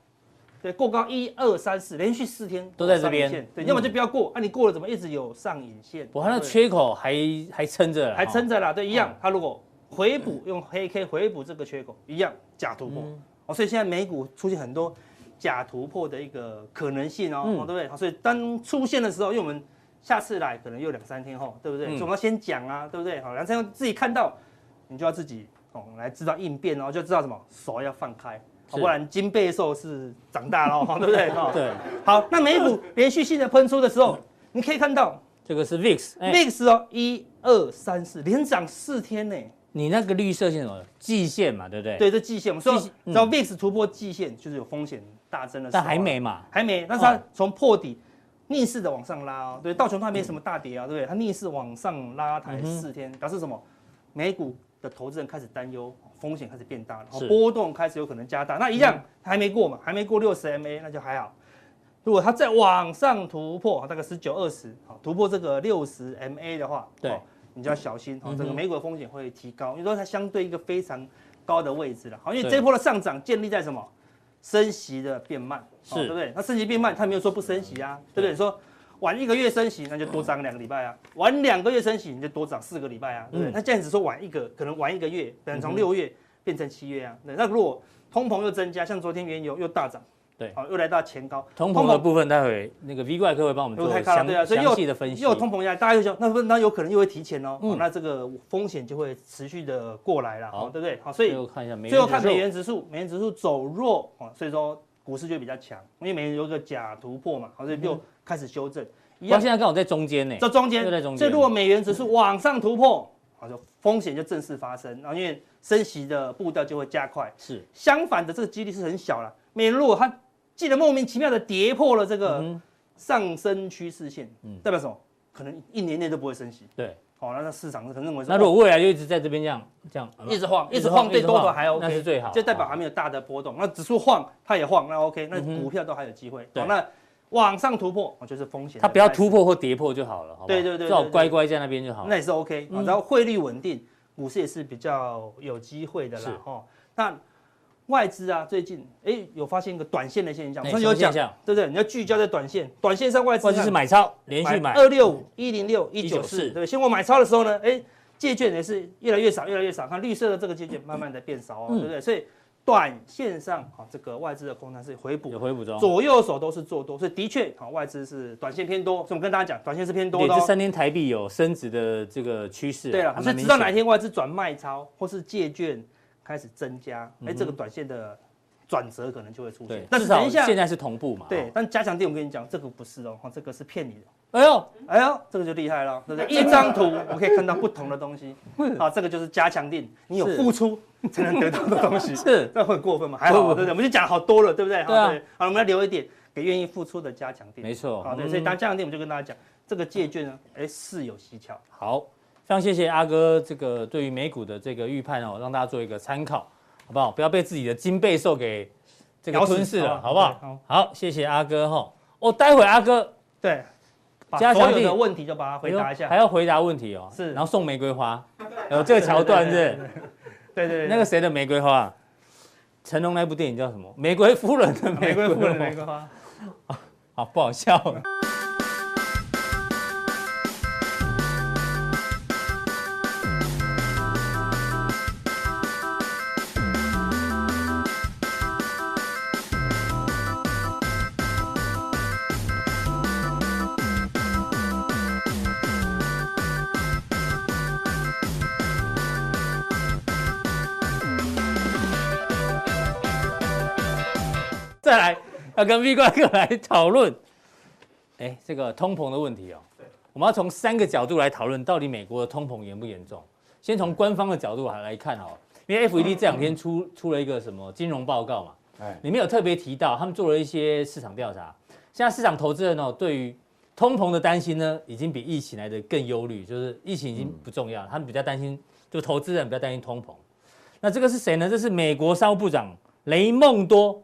Speaker 2: 对，过高一二三四，连续四天
Speaker 1: 都在这
Speaker 2: 上影
Speaker 1: 边
Speaker 2: 线对，
Speaker 1: 嗯
Speaker 2: 要么就不要过，啊，你过了怎么一直有上影线？
Speaker 1: 我看那
Speaker 2: 对
Speaker 1: 缺口还还撑着了，
Speaker 2: 还撑
Speaker 1: 哦。
Speaker 2: 着啦，对，一
Speaker 1: 哦
Speaker 2: 样。它如果回补用黑 K 回补这个缺口，一样假突破
Speaker 1: 嗯
Speaker 2: 哦，所以现在美股出现很多假突破的一个可能性哦，
Speaker 1: 嗯
Speaker 2: 哦对不对？好所以当出现的时候，因为我们下次来可能又两三天后，对不对？
Speaker 1: 嗯
Speaker 2: 所以我们要先讲啊，对不对？好，两三天后自己看到，你就要自己哦来知道应变哦，就知道什么手要放开，
Speaker 1: 是
Speaker 2: 哦不然金背兽是长大了，哦对 不对？哈，
Speaker 1: 对，嗯
Speaker 2: 好，那美股连续性的喷出的时候，你可以看到
Speaker 1: 这个是 VIX，哎
Speaker 2: VIX 哦，一二三四，连涨四天呢。
Speaker 1: 你那个绿色线什么季线嘛，对不对？，
Speaker 2: 对，这季线，我们说
Speaker 1: 季线嗯
Speaker 2: 只要 VIX 突破季线，就是有风险大增的时候
Speaker 1: 但
Speaker 2: 啊。
Speaker 1: 还没嘛，
Speaker 2: 还没，但是
Speaker 1: 哦
Speaker 2: 它从破底逆势的往上拉哦，
Speaker 1: 嗯
Speaker 2: 对，道琼它没什么大跌啊，对不对？它逆势往上拉抬四
Speaker 1: 嗯
Speaker 2: 天，表示什么？美股的投资人开始担忧，风险开始变大了，哦
Speaker 1: 是嗯
Speaker 2: 波动开始有可能加大。那一样还没过嘛，还没过六十 MA，那就还好。如果它再往上突破，哦大概十九二十，好，突破这个六十 MA 的话，
Speaker 1: 对
Speaker 2: 哦你就要小心哦
Speaker 1: 嗯，哼
Speaker 2: 整个美股的风险会提高，因为说它相对一个非常高的位置了。哦好，因为
Speaker 1: 对
Speaker 2: 这一波的上涨建立在什么？升息的变慢，
Speaker 1: 是嗯
Speaker 2: 哦对不对？那升息变慢，他没有说不升息啊，对不对？说晚一个月升息，那就多涨两个礼拜啊；晚两个月升息，你就多涨四个礼拜啊，对不对？
Speaker 1: 嗯
Speaker 2: 那这样子说晚一个，可能晚一个月，可能从六月变成七月啊。对那如果通膨又增加，像昨天原油又大涨，
Speaker 1: 对
Speaker 2: 好、又来到前高，
Speaker 1: 通膨的部分，待会那个 V 怪客会帮我们
Speaker 2: 如
Speaker 1: 做
Speaker 2: 果太高了，
Speaker 1: 详
Speaker 2: 对啊，所以又
Speaker 1: 详细的分析。
Speaker 2: 又有通膨压力，大家就想，那不那有可能又会提前哦，
Speaker 1: 嗯
Speaker 2: 好那这个风险就会持续的过来了，
Speaker 1: 好
Speaker 2: 好，对不对？好，所以
Speaker 1: 最后看一下美
Speaker 2: 最
Speaker 1: 元
Speaker 2: 后
Speaker 1: 指
Speaker 2: 看
Speaker 1: 数
Speaker 2: 美元指数，美元指数走弱啊，所以说股市就比较强，因为美元有个假突破嘛，好，哦所以就开始修正，一
Speaker 1: 哇，
Speaker 2: 样
Speaker 1: 现在刚好在中间呢。
Speaker 2: 这中
Speaker 1: 嗯
Speaker 2: 间
Speaker 1: 就在中，间
Speaker 2: 所以如果美元指数往上突破，好，就风险就正式发生，哦然后因为升息的步调就会加快，
Speaker 1: 是，
Speaker 2: 相反的这个几率是很小了，美元如果它既然莫名其妙的跌破了这个。
Speaker 1: 嗯哼，
Speaker 2: 上升趋势线，
Speaker 1: 嗯
Speaker 2: 代表什么？可能一年内都不会升息。
Speaker 1: 对。
Speaker 2: 好、那那市场可能认为说，
Speaker 1: 那如果未来就一直在这边这样这样，
Speaker 2: 哦一直晃，
Speaker 1: 一
Speaker 2: 一
Speaker 1: 直
Speaker 2: 直
Speaker 1: 晃
Speaker 2: 晃，对多头还 OK，
Speaker 1: 那是最好
Speaker 2: 就代表还没有大的波动。那指数晃，它也晃，那 OK，那
Speaker 1: 嗯哼
Speaker 2: 股票都还有机会。
Speaker 1: 对
Speaker 2: 好，那往上突破，哦，就是风险。
Speaker 1: 它不要突，破或跌破就好了，好不好
Speaker 2: 对对对
Speaker 1: 最好
Speaker 2: 对对
Speaker 1: 乖乖在那边就好了。
Speaker 2: 那也是 OK、
Speaker 1: 嗯
Speaker 2: 然后汇率稳定，股市也是比较有机会的
Speaker 1: 是
Speaker 2: 啦。哦，那外资啊，最近哎有发现一个短线的现象，
Speaker 1: 哎
Speaker 2: 我上次有
Speaker 1: 什么现
Speaker 2: 讲，
Speaker 1: 象
Speaker 2: 对不对？你要聚焦在短线，短线上外资
Speaker 1: 或者是买超连续哎买，
Speaker 2: 二六五、一零六、一九
Speaker 1: 194
Speaker 2: 四，对，先我买超的时候呢，哎，借券也是越来越少，越来越少，看绿色的这个借券慢慢的变少哦，
Speaker 1: 嗯
Speaker 2: 对不对？所以短线上啊，这个外资的空单是回补
Speaker 1: 有，回补中，
Speaker 2: 左右手都是做多，所以的确啊，外资是短线偏多，所以我们跟大家讲，短线是偏多
Speaker 1: 对，
Speaker 2: 的
Speaker 1: 这
Speaker 2: 哦。
Speaker 1: 三天台币有升值的这个趋势啊。
Speaker 2: 对了，
Speaker 1: 还
Speaker 2: 所
Speaker 1: 蛮
Speaker 2: 以
Speaker 1: 明
Speaker 2: 直到
Speaker 1: 显
Speaker 2: 哪一天外资转卖超或是借券开始增加，哎，这个短线的转折可能就会出
Speaker 1: 嗯
Speaker 2: 现
Speaker 1: 对。，
Speaker 2: 但
Speaker 1: 至
Speaker 2: 是
Speaker 1: 少
Speaker 2: 等一下，
Speaker 1: 现在是同步嘛。
Speaker 2: 对，但加强店我跟你讲，这个不是哦，哦这个是骗你的。
Speaker 1: 哦，哎呦，
Speaker 2: 哎呦，这个就厉害了，对不
Speaker 1: 哎
Speaker 2: 对？一张图我可以看到不同的东西，好，这个就是加强定，你有
Speaker 1: 嗯是
Speaker 2: 付出才能得到的东西，
Speaker 1: 是
Speaker 2: 这会很过分吗？还好，
Speaker 1: 不不
Speaker 2: 对不对？我们就讲好多了，对不对？好
Speaker 1: 对啊，
Speaker 2: 好，我们来留一点给愿意付出的加强定，
Speaker 1: 没错
Speaker 2: 好，对，
Speaker 1: 嗯
Speaker 2: 所以当加强定，我们就跟大家讲，这个借券呢，哎，是有蹊跷，
Speaker 1: 好，非常谢谢阿哥这个对于美股的这个预判哦，让大家做一个参考，好不好？不要被自己的金背兽给这个
Speaker 2: 咬死
Speaker 1: 吞噬了，好
Speaker 2: 好吧
Speaker 1: 不好？
Speaker 2: 对好
Speaker 1: 好，谢谢阿哥哈。哦，待会阿哥
Speaker 2: 对，
Speaker 1: 加
Speaker 2: 把
Speaker 1: 强
Speaker 2: 所
Speaker 1: 定
Speaker 2: 有的问题就把它回答一
Speaker 1: 哎呦
Speaker 2: 下
Speaker 1: 还，要回答问题哦。
Speaker 2: 是
Speaker 1: 然后送玫瑰花，有这个桥段是不
Speaker 2: 对
Speaker 1: 是
Speaker 2: 对对，对
Speaker 1: 那个谁的玫瑰花啊？成龙那部电影叫什么？玫瑰夫人的
Speaker 2: 啊玫
Speaker 1: 玫瑰花
Speaker 2: 瑰夫人的 玫瑰花，
Speaker 1: 好不好笑了？ 再来要跟 V 怪客来讨论，哎，这个通膨的问题哦，我们要从三个角度来讨论，到底美国的通膨严不严重？先从官方的角度来来看好了，因为 FED 这两天出出了一个什么金融报告嘛，
Speaker 3: 哎，
Speaker 1: 里面有特别提到，他们做了一些市场调查，现在市场投资人哦，对于通膨的担心呢，已经比疫情来的更忧虑，就是疫情已经不重要，他们比较担心，就投资人比较担心通膨。那这个是谁呢？这是美国商务部长雷蒙多，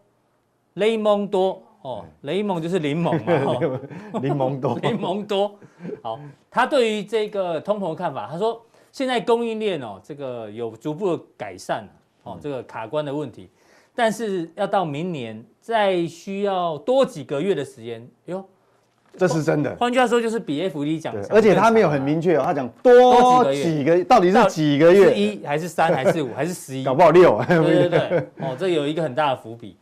Speaker 1: 雷蒙多哦，雷蒙就是柠檬嘛， 哦
Speaker 3: 柠檬 嗯多，
Speaker 1: 雷蒙多。好，他对于这个通膨的看法，他说现在供应链哦，这个有逐步的改善
Speaker 3: 嗯
Speaker 1: 哦，这个卡关的问题，但是要到明年再需要多几个月的时间。哟，
Speaker 3: 这是真的。
Speaker 1: 换句话说，就是比 F E D 讲哦
Speaker 3: 对，
Speaker 1: 讲得
Speaker 3: 而且他
Speaker 1: 更
Speaker 3: 没有
Speaker 1: 长
Speaker 3: 很
Speaker 1: 啊
Speaker 3: 明确哦，他讲
Speaker 1: 多
Speaker 3: 多
Speaker 1: 几
Speaker 3: 几个，到底
Speaker 1: 到
Speaker 3: 是几个月？
Speaker 1: 是一还是三还是五还是十 一？
Speaker 3: 搞不好嗯六。啊
Speaker 1: 对对对，哦，这有一个很大的伏笔。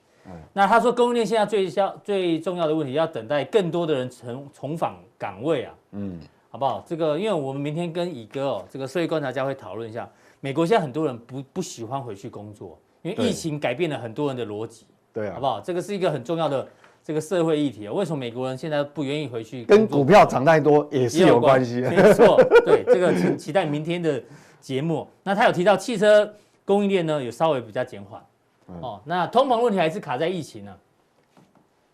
Speaker 1: 那他说，供应链现在最消最重要的问题，要等待更多的人重重返岗位啊，
Speaker 3: 嗯，
Speaker 1: 好不好？这个，因为我们明天跟乙哥哦，这个社会观察家会讨论一下，美国现在很多人不不喜欢回去工作，因为
Speaker 3: 对
Speaker 1: 疫情改变了很多人的逻辑，
Speaker 3: 对
Speaker 1: 好
Speaker 3: 啊
Speaker 1: 不，好？这个是一个很重要的这个社会议题、哦。为什么美国人现在不愿意回去
Speaker 3: 跟
Speaker 1: 工作
Speaker 3: 股票涨太多也是有关系的。
Speaker 1: 没错，对 这个请期待明天的节目。那他有提到汽车供应链呢，有稍微比较减缓。
Speaker 3: 嗯
Speaker 1: 哦，那通膨问题还是卡在疫情呢、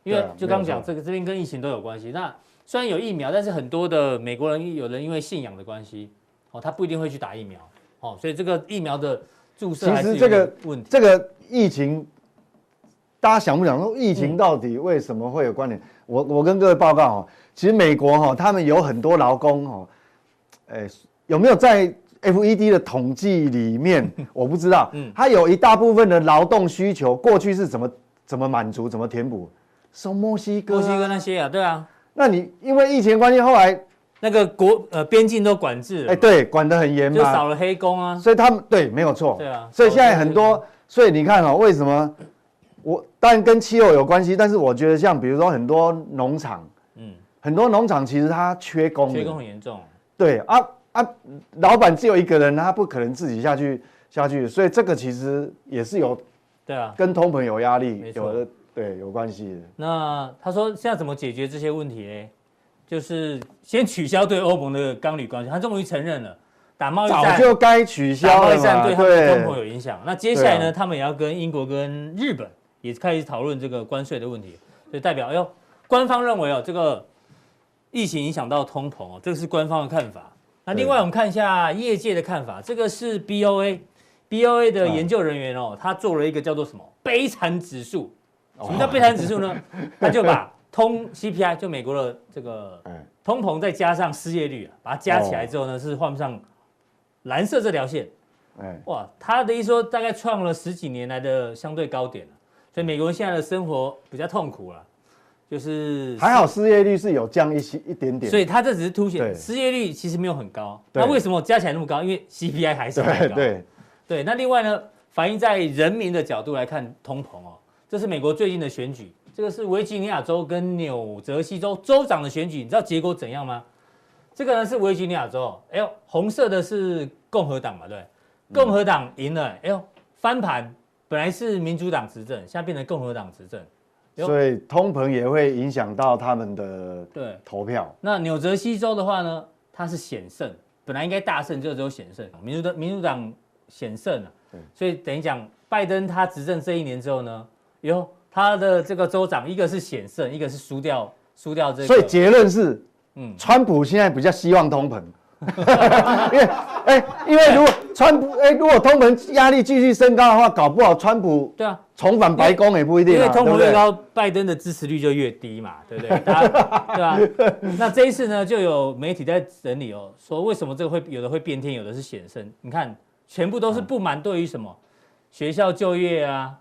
Speaker 1: 因为
Speaker 3: 对啊
Speaker 1: 就刚刚
Speaker 3: 没
Speaker 1: 讲
Speaker 3: 有错
Speaker 1: 这个这边跟疫情都有关系。那虽然有疫苗，但是很多的美国人有人因为信仰的关系，哦，他不一定会去打疫苗，哦，所以这个疫苗的注射
Speaker 3: 其
Speaker 1: 还
Speaker 3: 实
Speaker 1: 是
Speaker 3: 这个
Speaker 1: 有问题。
Speaker 3: 这个疫情，大家想不想说疫情到底为什么会有关联？我我跟各位报告哦，其实美国哈、哦，他们有很多劳工哦，哎，有没有在 FED 的统计里 面，我不知道。
Speaker 1: 嗯
Speaker 3: 它有一大部分的劳动需求，过去是怎么怎么满足、怎么填补？从墨西哥、
Speaker 1: 墨西哥那些啊，对啊，
Speaker 3: 那你因为疫情关系，后来
Speaker 1: 那个国呃边境都管制了
Speaker 3: 哎、
Speaker 1: 嘛，
Speaker 3: 对管得很严
Speaker 1: 就少
Speaker 3: 嘛，
Speaker 1: 了黑工啊。
Speaker 3: 所以他们对没有错，
Speaker 1: 对啊，
Speaker 3: 所以现在很
Speaker 1: 少了
Speaker 3: 多，所以你看哦，为什么我当然跟气候有关系，但是我觉得像比如说很多农场，
Speaker 1: 嗯
Speaker 3: 嗯，很多农场其实它缺工
Speaker 1: 黑工
Speaker 3: 的，
Speaker 1: 缺工很严重。
Speaker 3: 对啊啊，老板只有一个人，他不可能自己下去下去，所以这个其实也是有
Speaker 1: 对啊，
Speaker 3: 跟通膨有压力
Speaker 1: 没，错
Speaker 3: 有的对有关系的。
Speaker 1: 那他说现在怎么解决这些问题呢？就是先取消对欧盟的钢铝关税，他终于承认了打贸易
Speaker 3: 早
Speaker 1: 战，
Speaker 3: 就该取
Speaker 1: 打
Speaker 3: 消
Speaker 1: 贸
Speaker 3: 了
Speaker 1: 易战
Speaker 3: 嘛，
Speaker 1: 对他们的通膨
Speaker 3: 对
Speaker 1: 有影响。那接下来
Speaker 3: 对
Speaker 1: 呢，
Speaker 3: 啊
Speaker 1: 他们也要跟英国跟日本也开始讨论这个关税的问题，所以代表哎呦，官方认为哦，这个疫情影响到通膨哦，这个是官方的看法。那另外
Speaker 3: 对
Speaker 1: 我们看一下业界的看法，这个是 BOA。BOA
Speaker 3: 嗯
Speaker 1: 的研究人员哦，他做了一个叫做什么悲惨指数？
Speaker 3: 哦
Speaker 1: 什么叫悲惨指 数呢？他就把通 CPI 就美国的这个
Speaker 3: 哎
Speaker 1: 通膨再加上失业率啊，把它加起来之后呢，是换上蓝色这条线。
Speaker 3: 哎，
Speaker 1: 哇，他的一说大概创了十几年来的相对高点了、所以美国人现在的生活比较痛苦了、就是
Speaker 3: 还好失业率是有降一些一点点，
Speaker 1: 所以它这只是凸显
Speaker 3: 对
Speaker 1: 失业率其实没有很高，
Speaker 3: 对
Speaker 1: 那为什么加起来那么高？因为 CPI 还是很
Speaker 3: 对
Speaker 1: 高。
Speaker 3: 对
Speaker 1: 对那另外呢，反映在人民的角度来看通膨哦，这是美国最近的选举，这个是维吉尼亚州跟纽泽西州州长的选举，你知道结果怎样吗？这个呢是维吉尼亚州哦，哎呦，红色的是共和党嘛，对，共和党赢了，哎呦，翻盘，本来是民主党执政，现在变成共和党执政，哟
Speaker 3: 所以通膨也会影响到他们的
Speaker 1: 对。
Speaker 3: 投票。
Speaker 1: 那纽泽西州的话呢，它是险胜，本来应该大胜，就只有险胜，民主党民主党险胜了、
Speaker 3: 对
Speaker 1: 所以等于讲，拜登他执政这一年之后呢，哟，他的这个州长一个是险胜，一个是输掉输掉这个，
Speaker 3: 所以结论是，
Speaker 1: 嗯
Speaker 3: 嗯，川普现在比较希望通膨， 因为，哎、因为如果川普，哎、如果通膨压力继续升高的话，搞不好川普
Speaker 1: 对啊，
Speaker 3: 重返白宫也不一定、
Speaker 1: 因为
Speaker 3: 啊，
Speaker 1: 通
Speaker 3: 对
Speaker 1: 膨
Speaker 3: 不
Speaker 1: 越
Speaker 3: 对？
Speaker 1: 高，拜登的支持率就越低 嘛，对不对？大家对吧、那这一次呢，就有媒体在整理哦，说为什么这个会有的会变天，有的是险胜。你看，全部都
Speaker 3: 嗯
Speaker 1: 是不满对于什么、学校就业啊，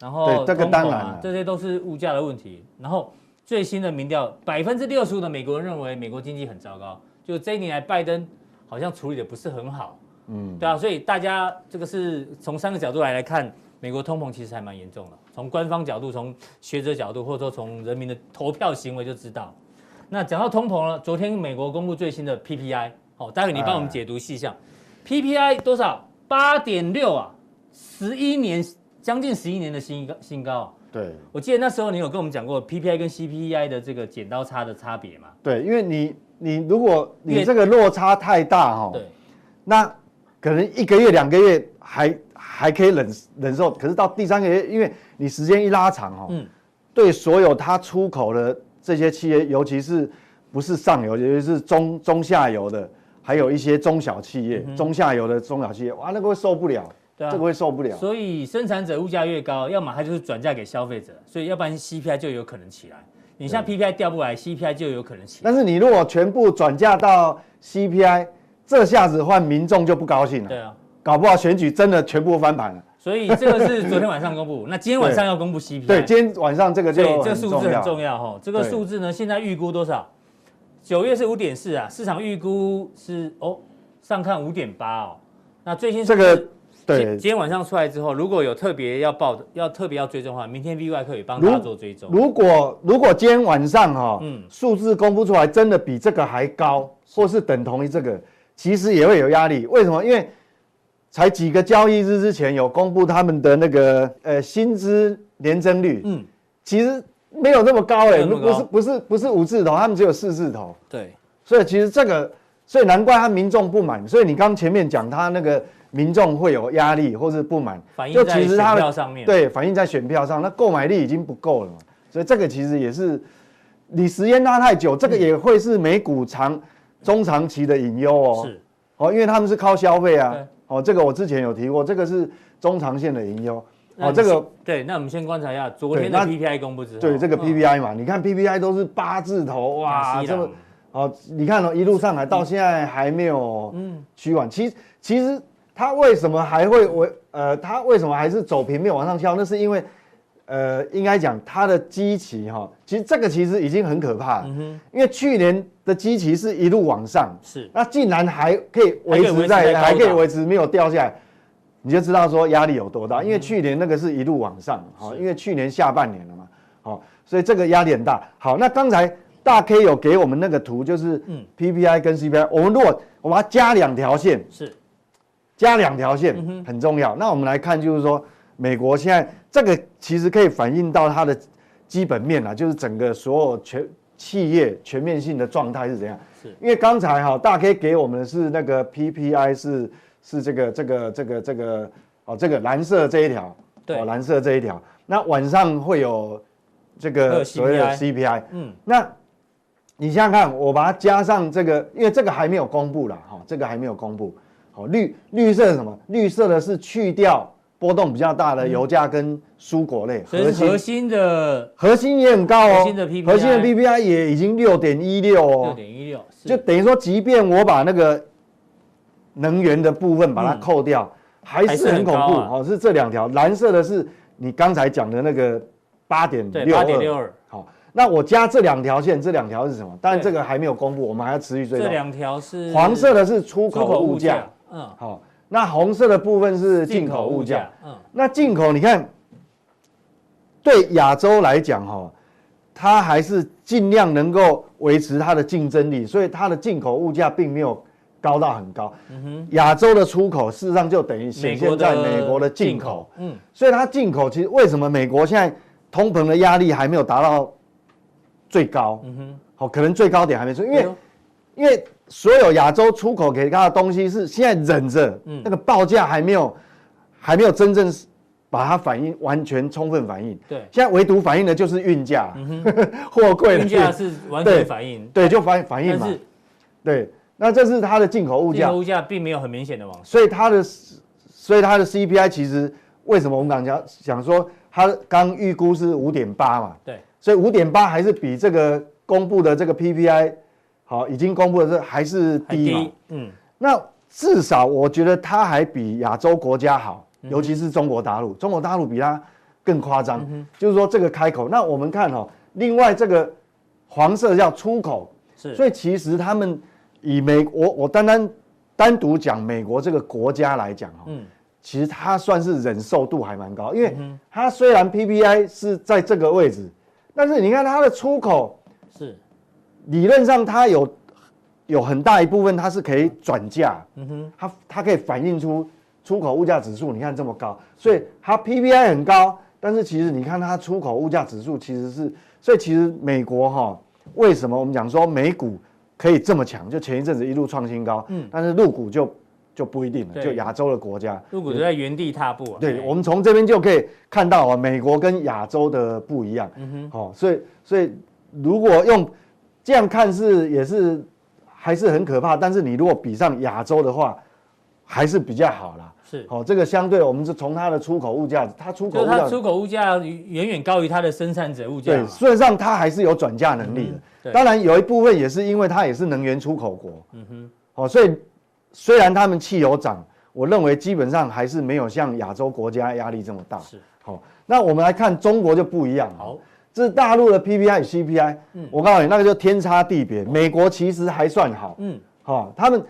Speaker 1: 然后
Speaker 3: 对这个
Speaker 1: 通膨
Speaker 3: 当然
Speaker 1: 啊
Speaker 3: 了，
Speaker 1: 这些都是物价的问题。然后最新的民调，百分之六十五的美国人认为美国经济很糟糕，就这一年来拜登好像处理的不是很好。
Speaker 3: 嗯，
Speaker 1: 对啊，所以大家这个是从三个角度来来看，美国通膨其实还蛮严重的。从官方角度、从学者角度，或者说从人民的投票行为就知道。那讲到通膨了，昨天美国公布最新的 PPI，哦，待会你帮我们解读细项。PPI 多少？八点六啊，十一年将近十一年的新高新高啊、
Speaker 3: 对
Speaker 1: 我记得那时候你有跟我们讲过 PPI 跟 CPI 的这个剪刀差的差别嘛？
Speaker 3: 对，因为你你如果
Speaker 1: 越
Speaker 3: 你这个落差太大哈、
Speaker 1: 对，
Speaker 3: 那可能一个月两个月还还可以忍忍受，可是到第三个月，因为你时间一拉长哦，
Speaker 1: 嗯
Speaker 3: 对所有它出口的这些企业，尤其是不是上游，尤其是中中下游的，还有一些中小企业、中下游的中小企业，哇，那个会受不了，
Speaker 1: 嗯对啊
Speaker 3: 这个会受不了。
Speaker 1: 所以生产者物价越高，要么它就是转嫁给消费者，所以要不然 CPI 就有可能起来。你像 PPI 调不来，CPI 就有可能起来。
Speaker 3: 但是你如果全部转嫁到 CPI，这下子换民众就不高兴
Speaker 1: 对
Speaker 3: 了，
Speaker 1: 啊，
Speaker 3: 搞不好选举真的全部翻盘了。
Speaker 1: 所以这个是昨天晚上 公布，那今天晚上要公布 CPI。
Speaker 3: 对，今天晚上这个就
Speaker 1: 所以这
Speaker 3: 很
Speaker 1: 个数字很重
Speaker 3: 要。
Speaker 1: 要哈。这个
Speaker 3: 对
Speaker 1: 数字呢，现在预估多少？九月是五点四啊，市场预估是哦上看五点八哦。那最新数
Speaker 3: 这
Speaker 1: 字
Speaker 3: 个
Speaker 1: 今
Speaker 3: 对
Speaker 1: 今，天晚上出来之后，如果有特别要报的、要特别要追踪的话，明天 V Y 可以帮
Speaker 3: 如
Speaker 1: 大家做追踪。
Speaker 3: 如果如果今天晚上哈、
Speaker 1: 嗯
Speaker 3: 数字公布出来真的比这个还高，或是等同于这个，其实也会有压力。为什么？因为才几个交易日之前有公布他们的那个呃薪资年增率，
Speaker 1: 嗯，
Speaker 3: 其实没有那么高哎、
Speaker 1: 没有那么
Speaker 3: 不
Speaker 1: 高
Speaker 3: 是不是不是五字头，他们只有四字头，
Speaker 1: 对，
Speaker 3: 所以其实这个，所以难怪他民众不满。所以你刚前面讲他那个民众会有压力或是不满，
Speaker 1: 反映
Speaker 3: 就
Speaker 1: 在
Speaker 3: 其
Speaker 1: 选
Speaker 3: 实他的
Speaker 1: 票上面。
Speaker 3: 对，反映在选票上，那购买力已经不够了嘛，所以这个其实也是你时间拉太久，这个也会是美股长中长期的隐忧哦。
Speaker 1: 是。
Speaker 3: 哦，因为他们是靠消费啊
Speaker 1: 对。
Speaker 3: 哦，这个我之前有提过，这个是中长线的隐忧。
Speaker 1: 那
Speaker 3: 哦，这个
Speaker 1: 对，那我们先观察一下昨天的
Speaker 3: 对那
Speaker 1: PPI 公布之后，
Speaker 3: 对这个
Speaker 1: 嗯
Speaker 3: PPI 嘛，你看 PPI 都是八字头
Speaker 1: 啊
Speaker 3: 哇，这么哦，你看哦，一路上来到现在还没有
Speaker 1: 嗯
Speaker 3: 趋缓。其实其实它为什么还会为呃，它为什么还是走平面往上翘？那是因为呃，应该讲它的基期哈，其实这个其实已经很可怕了，因为去年的基期是一路往上，
Speaker 1: 是
Speaker 3: 那竟然还可以维
Speaker 1: 还
Speaker 3: 持
Speaker 1: 可以维持在高
Speaker 3: 在，
Speaker 1: 档
Speaker 3: 还可以维持没有掉下来，你就知道说压力有
Speaker 1: 嗯
Speaker 3: 多大。因为去年那个是一路往上，好，因为去年下半年了嘛，好，所以这个压力很大。好，那刚才大 K 有给我们那个图，就是
Speaker 1: 嗯
Speaker 3: PPI 跟 CPI，我们如果我把它加两条线，
Speaker 1: 是
Speaker 3: 加两条线
Speaker 1: 嗯
Speaker 3: 很重要。那我们来看，就是说美国现在这个其实可以反映到它的基本面啊，就是整个所有全企业全面性的状态是怎样。
Speaker 1: 是
Speaker 3: 因为刚才哈、大 K 给我们的是那个 PPI 是是这个这个这个这个哦这个蓝色这一条，
Speaker 1: 对
Speaker 3: 哦蓝色这一条。那晚上会有这
Speaker 1: 会
Speaker 3: 个
Speaker 1: 有
Speaker 3: 所谓的
Speaker 1: CPI
Speaker 3: CPI，
Speaker 1: 嗯
Speaker 3: 那你想想看，我把它加上这个，因为这个还没有公布啦，哈、这个还没有公布。好、绿绿色是什么？绿色的是去掉波动比较大的油价跟蔬果类，
Speaker 1: 所以是核心的
Speaker 3: 核心也很高哦，
Speaker 1: 核心的 PPI
Speaker 3: 核心的 PPI 也已经六点一六
Speaker 1: 六
Speaker 3: 哦，
Speaker 1: 点一六，是
Speaker 3: 就等于说，即便我把那个能源的部分把它扣掉，还
Speaker 1: 嗯还
Speaker 3: 是
Speaker 1: 是很
Speaker 3: 很恐怖
Speaker 1: 高啊
Speaker 3: 哦。是这两条，蓝色的是你刚才讲的那个八点
Speaker 1: 对
Speaker 3: 六
Speaker 1: 八
Speaker 3: 二，
Speaker 1: 点六二，
Speaker 3: 好，那我加这两条线，这两条是什么？当然
Speaker 1: 对
Speaker 3: 这个还没有公布，我们还要持续追
Speaker 1: 这
Speaker 3: 踪。
Speaker 1: 两条是
Speaker 3: 黄色的是出
Speaker 1: 出
Speaker 3: 口
Speaker 1: 口
Speaker 3: 物
Speaker 1: 物
Speaker 3: 价
Speaker 1: 价，，嗯，
Speaker 3: 好，那红色的部分是进口物价。，
Speaker 1: 嗯，
Speaker 3: 那进口你看，对亚洲来讲哈、它还是尽量能够维持它的竞争力，所以它的进口物价并没有高到很高。亚洲的出口事实上就等于显现在嗯美国的进口，，
Speaker 1: 嗯，
Speaker 3: 所以它进口其实为什么美国现在通膨的压力还没有达到最高？
Speaker 1: 嗯哼，
Speaker 3: 好、可能最高点还没出，因
Speaker 1: 哎
Speaker 3: 为
Speaker 1: 呦
Speaker 3: 因为所有亚洲出口给它的东西是现在忍着，
Speaker 1: 嗯
Speaker 3: 那个报价还没有还没有真正把它反映完全充分反映。
Speaker 1: 对，
Speaker 3: 现在唯独反映的就是运价， 货柜的
Speaker 1: 嗯运价是完全反映，
Speaker 3: 对，就反反映
Speaker 1: 但
Speaker 3: 嘛
Speaker 1: 是。
Speaker 3: 对，那这是它的进口物
Speaker 1: 进
Speaker 3: 价
Speaker 1: 口，物价并没有很明显的往上，
Speaker 3: 所以它的所以它的 CPI 其实为什么我们刚讲讲说它刚预估是五点八嘛，
Speaker 1: 对，
Speaker 3: 所以五点八还是比这个公布的这个 PPI 好已经公布的这还是
Speaker 1: 还
Speaker 3: 低嘛。
Speaker 1: 低，嗯，
Speaker 3: 那至少我觉得它还比亚洲国家好，
Speaker 1: 嗯
Speaker 3: 尤其是中国大陆，中国大陆比它更夸张。就是说这个开口，那我们看哈、哦，另外这个黄色叫出口，
Speaker 1: 是，
Speaker 3: 所以其实他们以美国，我单单单独讲美国这个国家来讲哈、哦，
Speaker 1: 嗯
Speaker 3: 其实它算是忍受度还蛮高，因为它虽然 PPI 是在这个位置，但是你看它的出口
Speaker 1: 是，
Speaker 3: 理论上它有有很大一部分它是可以转嫁，
Speaker 1: 嗯哼，
Speaker 3: 它它可以反映出出口物价指数，你看这么高，所以它 PPI 很高，但是其实你看它出口物价指数其实是，所以其实美国哈、为什么我们讲说美股可以这么强？就前一阵子一路创新高，
Speaker 1: 嗯
Speaker 3: 但是入股就就不一定了，
Speaker 1: 对
Speaker 3: 就亚洲的国家，
Speaker 1: 入股都在原地踏步啊，
Speaker 3: 对，我们从这边就可以看到啊，美国跟亚洲的不一样。
Speaker 1: 嗯哼，
Speaker 3: 好、所以所以如果用这样看是也是还是很可怕，但是你如果比上亚洲的话，还是比较好啦。
Speaker 1: 是，
Speaker 3: 好、这个相对我们是从它的出口物价，它出口
Speaker 1: 就
Speaker 3: 物
Speaker 1: 是
Speaker 3: 价
Speaker 1: 它出口物价远远高于它的生产者物价
Speaker 3: 对，
Speaker 1: 嘛，
Speaker 3: 事实上它还是有转嫁能力的。
Speaker 1: 对
Speaker 3: 当然有一部分也是因为它也是能源出口国，嗯哼，哦，所以虽然他们汽油涨，我认为基本上还是没有像亚洲国家压力这么大。
Speaker 1: 是，
Speaker 3: 好、那我们来看中国就不一样了。
Speaker 1: 好，嗯
Speaker 3: 这是大陆的 PPI 与 CPI，、我告诉你，那个就天差地别。美国其实还算好，
Speaker 1: 哦嗯，
Speaker 3: 哈、他们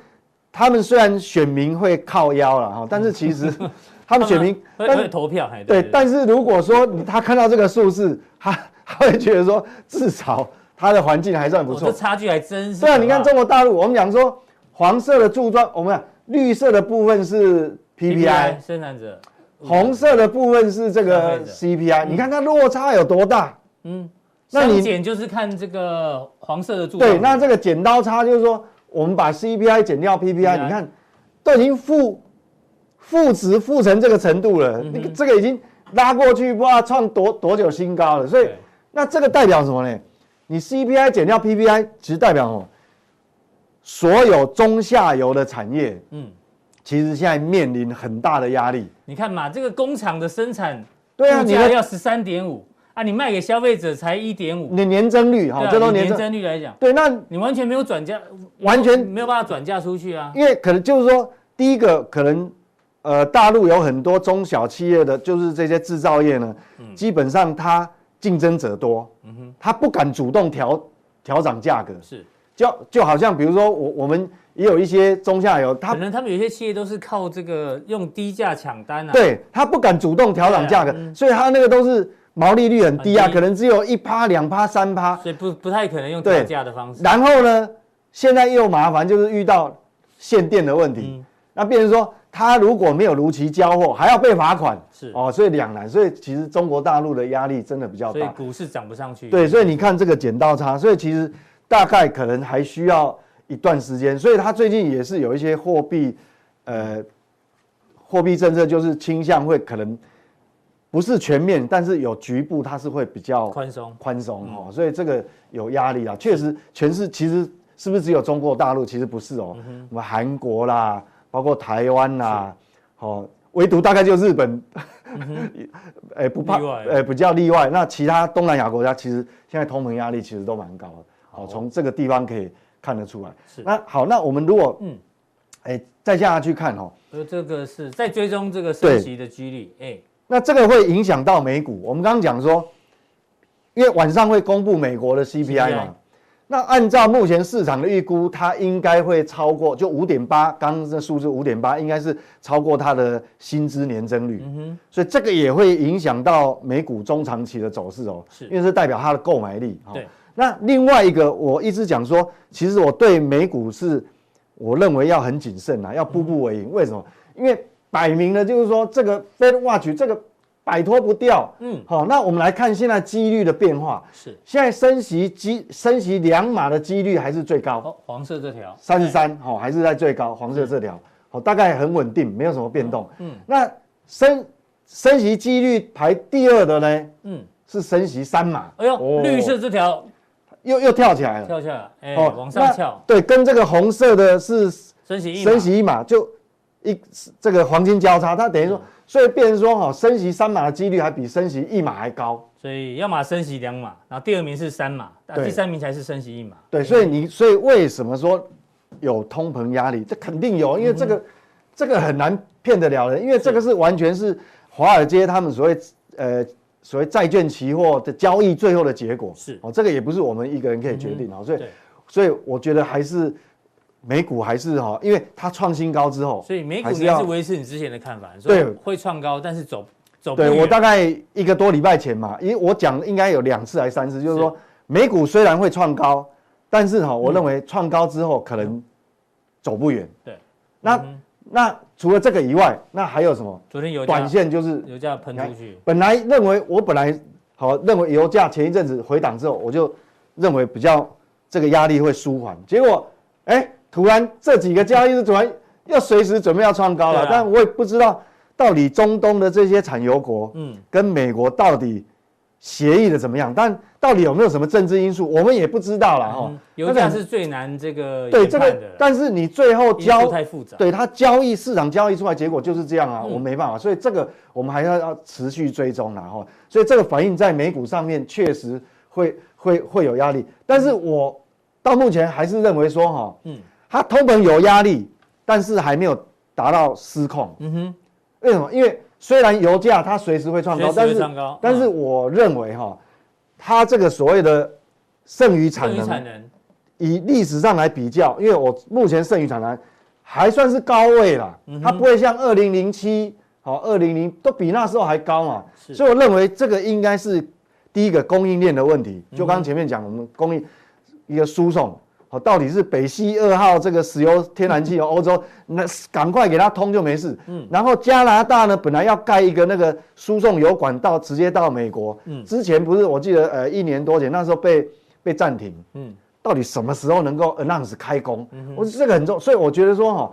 Speaker 3: 他们虽然选民会靠腰了哈、但是其实 他们选民，
Speaker 1: 嗯 会
Speaker 3: 但
Speaker 1: 会投票，哎，
Speaker 3: 对，但是如果说你他看到这个数字，他他会觉得说，至少他的环境还算不
Speaker 1: 我
Speaker 3: 错
Speaker 1: 哦这。差距还真是，
Speaker 3: 对啊，你看中，国大陆，我们讲说黄色的柱状，我们讲绿色的部分是 PPI，
Speaker 1: 生产者，
Speaker 3: 红色的部分是这
Speaker 1: 消费
Speaker 3: 个
Speaker 1: 者
Speaker 3: CPI，你看它落差有多大？
Speaker 1: 嗯，
Speaker 3: 那
Speaker 1: 那
Speaker 3: 你
Speaker 1: 你减就是看这个黄色的柱状体，
Speaker 3: 对，那这个剪刀差就是说，我们把 CPI 减掉 PPI，
Speaker 1: 嗯
Speaker 3: 你看都已经负负值负成这个程度
Speaker 1: 嗯
Speaker 3: 了，那个这个已经拉过去，不知道创多多久新高了。所以
Speaker 1: 对
Speaker 3: 那这个代表什么呢？你 CPI 减掉 PPI，其实代表什么？所有中下游的产业
Speaker 1: 嗯，
Speaker 3: 其实现在面临很大的压力。
Speaker 1: 你看嘛，这个工厂的生产
Speaker 3: 对啊，
Speaker 1: 物
Speaker 3: 你
Speaker 1: 价
Speaker 3: 的
Speaker 1: 要十三点五啊，你卖给消费者才一点五
Speaker 3: 你，的年增率哈，
Speaker 1: 对啊
Speaker 3: 嗯这都
Speaker 1: 以
Speaker 3: 年
Speaker 1: 年
Speaker 3: 增
Speaker 1: 增率来讲，
Speaker 3: 对，那
Speaker 1: 你完全没有转嫁，
Speaker 3: 完全
Speaker 1: 嗯没有办法转嫁出去啊。
Speaker 3: 因为可能就是说，第一个可能呃，大陆有很多中小企业的，就是这些制造业呢，
Speaker 1: 嗯
Speaker 3: 基本上它竞争者多，它不敢主动调调涨价格，
Speaker 1: 是，
Speaker 3: 就就好像比如说我我们也有一些中下游，它
Speaker 1: 可能他们有些企业都是靠这个用低价抢单啊，，啊嗯
Speaker 3: 对它不敢主动调涨价格，所以它那个都是毛利率很低啊，
Speaker 1: 很低
Speaker 3: 可能只有一趴、两趴、三趴，
Speaker 1: 所以不不太可能用
Speaker 3: 对
Speaker 1: 调价的方式，
Speaker 3: 然后呢，现在又麻烦，就是遇到限电的问题。
Speaker 1: 嗯
Speaker 3: 那变成说，他如果没有如期交货，还要被罚款。
Speaker 1: 是
Speaker 3: 哦，所以两难。所以其实中国大陆的压力真的比较
Speaker 1: 所以
Speaker 3: 大。
Speaker 1: 股市涨不上去，
Speaker 3: 对，所以你看这个剪刀差，所以其实大概可能还需要一段时间。所以他最近也是有一些货币，呃，货币政策就是倾向会可能不是全面，但是有局部它是会比较
Speaker 1: 宽松，
Speaker 3: 宽松哦，所以这个有压力啊。确实，全是其实是不是只有中国大陆？其实不是
Speaker 1: 嗯
Speaker 3: 哦，什么韩国啦，包括台湾啦，哦，唯独大概就日本， 哎、不怕
Speaker 1: 嗯例外，
Speaker 3: 哎、比较例外。那其他东南亚国家其实现在通膨压力其实都蛮高的，好，从这个地方可以看得出来。
Speaker 1: 是
Speaker 3: 那好，那我们如果
Speaker 1: 嗯
Speaker 3: 嗯，哎、再下去看哦，
Speaker 1: 呃，这个是在追踪这个升息的几率，哎，
Speaker 3: 那这个会影响到美股。我们刚刚讲说，因为晚上会公布美国的 CPI 嘛
Speaker 1: CPI，
Speaker 3: 那按照目前市场的预估，它应该会超过就五点八，刚刚这数字五点八，应该是超过它的薪资年增率。所以这个也会影响到美股中长期的走势哦，
Speaker 1: 是
Speaker 3: 因为是代表它的购买力。哦
Speaker 1: 对，
Speaker 3: 那另外一个，我一直讲说，其实我对美股是，我认为要很谨慎啊，要步步为
Speaker 1: 嗯
Speaker 3: 营。为什么？因为摆明了就是说，这个 Fed Watch 这个摆脱不掉。
Speaker 1: 嗯，
Speaker 3: 好、那我们来看现在几率的变化。
Speaker 1: 是，
Speaker 3: 现在升息几升息两码的几率还是最高，
Speaker 1: 哦，黄色这条
Speaker 3: 三十三，好，还是在最高，黄色这
Speaker 1: 嗯
Speaker 3: 条，好、大概很稳定，没有什么变动。嗯，那升升息几率排第二的呢？
Speaker 1: 嗯
Speaker 3: 嗯，是升息三码。
Speaker 1: 哎呦，
Speaker 3: 哦
Speaker 1: 绿色这条
Speaker 3: 又又跳起来了。
Speaker 1: 跳下来，哎，往上
Speaker 3: 哦那
Speaker 1: 翘，
Speaker 3: 对，跟这个红色的是
Speaker 1: 升息一码
Speaker 3: 升息一码，就一这个黄金交叉，它等于
Speaker 1: 嗯
Speaker 3: 说，所以变成说哈、升息三码的几率还比升息一码还高。
Speaker 1: 所以要么升息两码，然后第二名是三码，啊
Speaker 3: 对
Speaker 1: 第三名才是升息一码。
Speaker 3: 对，所以你所以为什么说有通膨压力？这肯定有，因为
Speaker 1: 嗯
Speaker 3: 这个、这个很难骗得了人，因为这个是完全是华尔街他们所谓呃所谓债券期货的交易最后的结果。
Speaker 1: 是
Speaker 3: 哦，这个也不是我们一个人可以决定哦，所以
Speaker 1: 嗯对
Speaker 3: 所以我觉得还是美股还是哈，因为它创新高之后，
Speaker 1: 所以美股
Speaker 3: 还
Speaker 1: 你
Speaker 3: 是
Speaker 1: 还是
Speaker 3: 要
Speaker 1: 维持你之前的看法，你说
Speaker 3: 对
Speaker 1: 会创高，但是走走哦不
Speaker 3: 对我
Speaker 1: 远
Speaker 3: 大概一个多礼拜前嘛，因为我讲应该有两次还是三次，就是说美股虽然会创高，但是哈，
Speaker 1: 嗯
Speaker 3: 我认为创高之后可能走不远。
Speaker 1: 对，嗯
Speaker 3: 那那除了这个以外，那还有什么？
Speaker 1: 昨天油价
Speaker 3: 短线就是
Speaker 1: 油价喷出去，
Speaker 3: 本来认为我本来好认为油价前一阵子回档之后，我就认为比较这个压力会舒缓，结果哎、突然这几个交易日突然又随时准备要创高了，
Speaker 1: 对啊
Speaker 3: 但我也不知道到底中东的这些产油国，
Speaker 1: 嗯
Speaker 3: 嗯，跟美国到底协议的怎么样，但到底有没有什么政治因素，我们也不知道了哈、
Speaker 1: 嗯油价
Speaker 3: 但
Speaker 1: 是最难这个
Speaker 3: 对
Speaker 1: 研
Speaker 3: 这
Speaker 1: 判
Speaker 3: 个
Speaker 1: 的，啦
Speaker 3: 但是你最后
Speaker 1: 因素
Speaker 3: 交
Speaker 1: 太复杂。嗯
Speaker 3: 对它交易市场交易出来结果就是这样啊，我没办法，所以这个我们还要要持续追踪然后，所以这个反映在美股上面确实会会会有压力，但是我到目前还是认为说哈，
Speaker 1: 嗯
Speaker 3: 嗯，它通膨有压力，但是还没有达到失控，
Speaker 1: 嗯哼，
Speaker 3: 为什么？因为虽然油价它随时会创高，
Speaker 1: 随时
Speaker 3: 但
Speaker 1: 会
Speaker 3: 是
Speaker 1: 创高
Speaker 3: 但是
Speaker 1: 嗯
Speaker 3: 我认为哈，它这个所谓的剩余产
Speaker 1: 剩余
Speaker 3: 能
Speaker 1: 产能
Speaker 3: 以历史上来比较，因为我目前剩余产能还算是高位啦，它不会像二零零七、好二零零都比那时候还高嘛，所以我认为这个应该是第一个供应链的问题，就刚前面讲我们供应一个输送。好，到底是北溪二号这个石油天然气由哦欧洲，那赶快给它通就没事。嗯，然后加拿大呢，本来要盖一个那个输送油管道，直接到美国。嗯，之前不是我记得呃一年多前那时候被被暂停。到底什么时候能够 announce 开工？我觉得这个很重，所以我觉得说哈、哦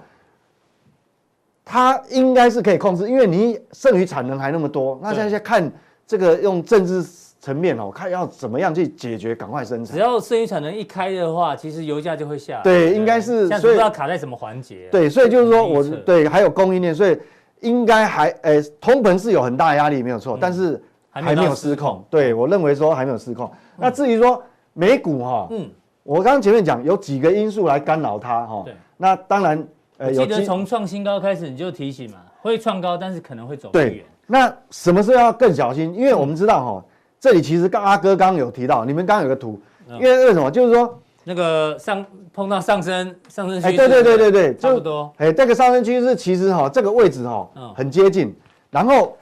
Speaker 3: 它应该是可以控制，因为你剩余产能还那么多，那现在看这个用政治层面哦，看要怎么样去解决，赶快生
Speaker 1: 只
Speaker 3: 产。
Speaker 1: 要剩余产能一开的话，其实油价就会下来。
Speaker 3: 对应该是
Speaker 1: 像不
Speaker 3: 所以
Speaker 1: 知道卡在什么环节啊。
Speaker 3: 对，所以就是说我
Speaker 1: 很难预测
Speaker 3: 对还有供应链，所以应该还呃、通膨是有很大压力，没有错，但是
Speaker 1: 嗯还没
Speaker 3: 还没
Speaker 1: 到嗯
Speaker 3: 有
Speaker 1: 失
Speaker 3: 失控。对我认为说还没有失控。那至于说美股哈、
Speaker 1: 嗯，
Speaker 3: 我刚刚前面讲有几个因素来干扰它哈、
Speaker 1: 对
Speaker 3: 那当然
Speaker 1: 我
Speaker 3: 呃有
Speaker 1: 记得
Speaker 3: 基
Speaker 1: 从创新高开始你就提醒嘛，会创高，但是可能会走不
Speaker 3: 对
Speaker 1: 远。，
Speaker 3: 那什么时候要更小心？因为我们知道
Speaker 1: 嗯
Speaker 3: 哈，这里其实刚阿哥刚刚有提到，你们刚刚有个图，
Speaker 1: 嗯
Speaker 3: 因为为什么？就是说，
Speaker 1: 那个上碰到上升上升
Speaker 3: 哎，
Speaker 1: 区，
Speaker 3: 对对对对对，
Speaker 1: 差不
Speaker 3: 就
Speaker 1: 多。
Speaker 3: 哎，这个上升趋势其实哈，这个位置哈
Speaker 1: 嗯
Speaker 3: 很接近。然后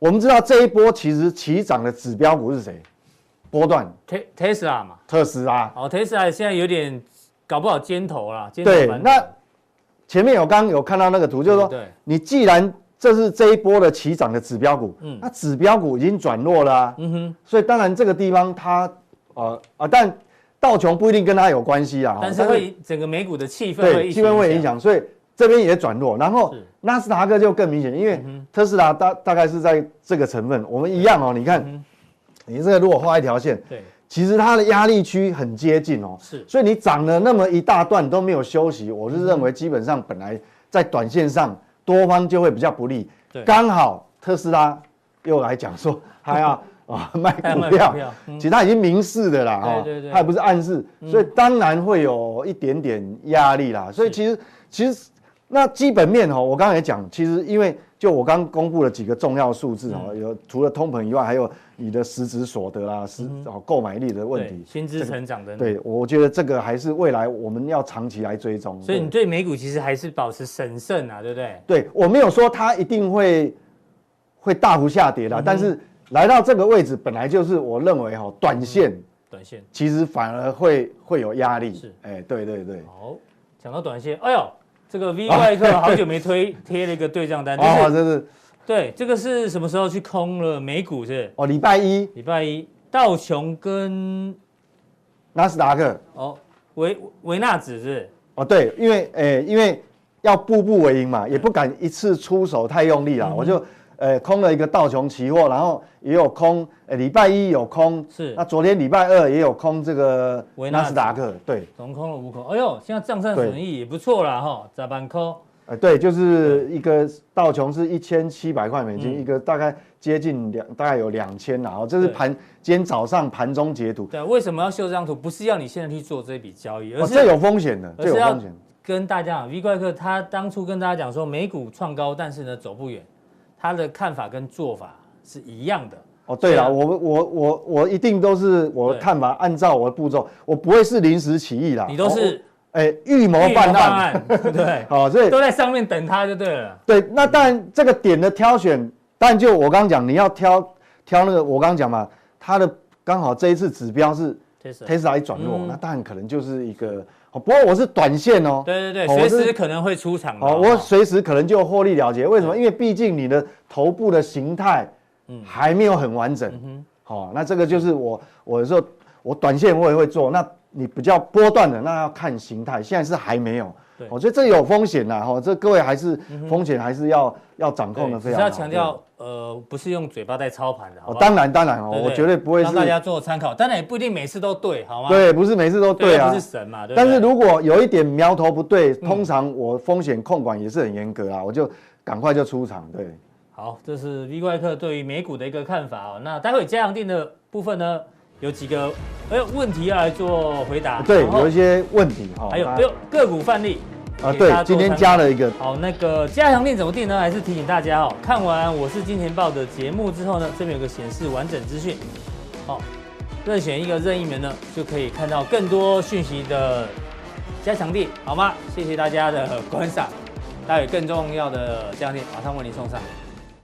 Speaker 3: 我们知道这一波其实起涨的指标股是谁？波段
Speaker 1: Te- Tesla 嘛，
Speaker 3: 特斯拉。
Speaker 1: 哦，Tesla 现在有点搞不好尖头啦，尖头
Speaker 3: 对
Speaker 1: 反，
Speaker 3: 那前面有刚刚有看到那个图，就是说
Speaker 1: 嗯对对
Speaker 3: 你既然这是这一波的起涨的指标股，
Speaker 1: 嗯
Speaker 3: 那指标股已经转弱了啊，
Speaker 1: 嗯哼，
Speaker 3: 所以当然这个地方它呃啊，但道琼不一定跟它有关系啊，
Speaker 1: 但是会整个美股的气氛会
Speaker 3: 对
Speaker 1: 一
Speaker 3: 气
Speaker 1: 起
Speaker 3: 氛会影，响，所以这边也转弱，然后
Speaker 1: 是嗯
Speaker 3: 纳斯达克就更明显，因为特斯拉大大概是在这个成分，我们一样哦，你看
Speaker 1: 嗯
Speaker 3: 你这个如果画一条线，
Speaker 1: 对，
Speaker 3: 其实它的压力区很接近哦，
Speaker 1: 是
Speaker 3: 所以你涨了那么一大段都没有休息，我是认为基本上本来在短线上多方就会比较不利
Speaker 1: 对，
Speaker 3: 刚好特斯拉又来讲说 他要啊卖
Speaker 1: 还有
Speaker 3: 股
Speaker 1: 卖
Speaker 3: 票
Speaker 1: 股票，嗯
Speaker 3: 其实他已经明示的啦，哈
Speaker 1: 对对对嗯
Speaker 3: 他也不是暗示，所以当然会有一点点压力啦，所以其实其实那基本面哦，我刚才也讲，其实因为就我刚公布了几个重要数字哦，
Speaker 1: 嗯
Speaker 3: 有除了通膨以外，还有你的实质所得啦、实哦购买力的问
Speaker 1: 对
Speaker 3: 题，
Speaker 1: 薪资成长等等。
Speaker 3: 对，我觉得这个还是未来我们要长期来追踪。
Speaker 1: 所以你
Speaker 3: 对
Speaker 1: 对美股其实还是保持审慎啊，对不对？
Speaker 3: 对我没有说它一定会会大幅下
Speaker 1: 嗯
Speaker 3: 跌啦，但是来到这个位置，本来就是我认为哈、哦短线
Speaker 1: 短线
Speaker 3: 其实反而会会有压力。
Speaker 1: 嗯是
Speaker 3: 哎，对对对。
Speaker 1: 好，讲到短线，哎呦，这个 V 外客好久没推贴了一个对账单，
Speaker 3: 哦，
Speaker 1: 就是
Speaker 3: 这是
Speaker 1: 对这个是什么时候去空了美股是？
Speaker 3: 哦，礼拜一
Speaker 1: 礼拜一，道琼跟
Speaker 3: 纳斯达克
Speaker 1: 哦维维纳指是
Speaker 3: 哦，对，因为诶、因为要步步为营嘛，也不敢一次出手太用力
Speaker 1: 嗯
Speaker 3: 啦，我就呃空了一个道琼期货，然后也有空，呃礼拜一有空，
Speaker 1: 是
Speaker 3: 那昨天礼拜二也有空这个
Speaker 1: 维纳
Speaker 3: 纳
Speaker 1: 斯
Speaker 3: 斯达克，对，
Speaker 1: 总空了五口，哎呦，现在账上损益也不错啦哈，咋办扣？
Speaker 3: 呃对，就是一个道琼是一千七百块美金，
Speaker 1: 嗯
Speaker 3: 一个大概接近两，大概有两千啦，哦，这是
Speaker 1: 对
Speaker 3: 盘今天早上盘中截图，
Speaker 1: 对，为什么要秀这张图？不是要你现在去做这笔交易，而
Speaker 3: 哦，这
Speaker 1: 是
Speaker 3: 有风险的，
Speaker 1: 而
Speaker 3: 这有
Speaker 1: 是要
Speaker 3: 风险。
Speaker 1: 跟大家讲，V 怪客他当初跟大家讲说美股创高，但是呢走不远，他的看法跟做法是一样的。
Speaker 3: 哦，对
Speaker 1: 对啊
Speaker 3: 了，我我我我一定都是我
Speaker 1: 对
Speaker 3: 看法，按照我的步骤，我不会是临时起意啦。
Speaker 1: 你都是
Speaker 3: 我哎预谋
Speaker 1: 预谋
Speaker 3: 办案，
Speaker 1: 案，对，
Speaker 3: 好，所以
Speaker 1: 都在上面等他就对了。
Speaker 3: 对，那当然这个点的挑选，但就我刚讲，你要挑挑那个，我刚讲嘛，它的刚好这一次指标是
Speaker 1: Tesla
Speaker 3: Tesla 一转弱
Speaker 1: 嗯，
Speaker 3: 那当然可能就是一个，哦不过我是短线哦，
Speaker 1: 对对
Speaker 3: 哦
Speaker 1: 对，
Speaker 3: 我
Speaker 1: 随时
Speaker 3: 是
Speaker 1: 可能会出场的哦。
Speaker 3: 哦，我随时可能就获利了结。为什么？因为毕竟你的头部的形态
Speaker 1: 嗯
Speaker 3: 还没有很完整。好、那这个就是我我有时候我短线我也会做，那你比较波段的那要看形态，现在是还没有。
Speaker 1: 对嗯
Speaker 3: 我觉得这有风险呐，哈、这各位还是、风险还是要要掌控的
Speaker 1: 对只
Speaker 3: 非
Speaker 1: 是
Speaker 3: 常好。
Speaker 1: 要强调，呃，不是用嘴巴在操盘的，好
Speaker 3: 哦，
Speaker 1: 吧？
Speaker 3: 当然当然哦，
Speaker 1: 对
Speaker 3: 我绝对不会
Speaker 1: 让大家
Speaker 3: 是，
Speaker 1: 做参考，当然也不一定每次都对，好吗？
Speaker 3: 对，不是每次都对啊
Speaker 1: 不是。神嘛，对不
Speaker 3: 但
Speaker 1: 对嗯
Speaker 3: 是如果有一点苗头不对，通常我风险控管也是很严格啊，我就赶快就出场。对，
Speaker 1: 好，这是 V 怪客对于美股的一个看法哦。那待会加强定的部分呢，有几个哎问题要来做回答，
Speaker 3: 对，
Speaker 1: 然后
Speaker 3: 有一些问题哈。
Speaker 1: 还有
Speaker 3: 大
Speaker 1: 还有个股范例给大
Speaker 3: 啊，对，
Speaker 1: 家做
Speaker 3: 今天
Speaker 1: 参考
Speaker 3: 加了一个
Speaker 1: 好，那个加强定怎么定呢？还是提醒大家哦，看完《我是金钱豹》的节目之后呢，这边有个显示完整资讯，好、任选一个任意门呢，就可以看到更多讯息的加强定，好吗？谢谢大家的观赏，待会更重要的加强定马上为您送上。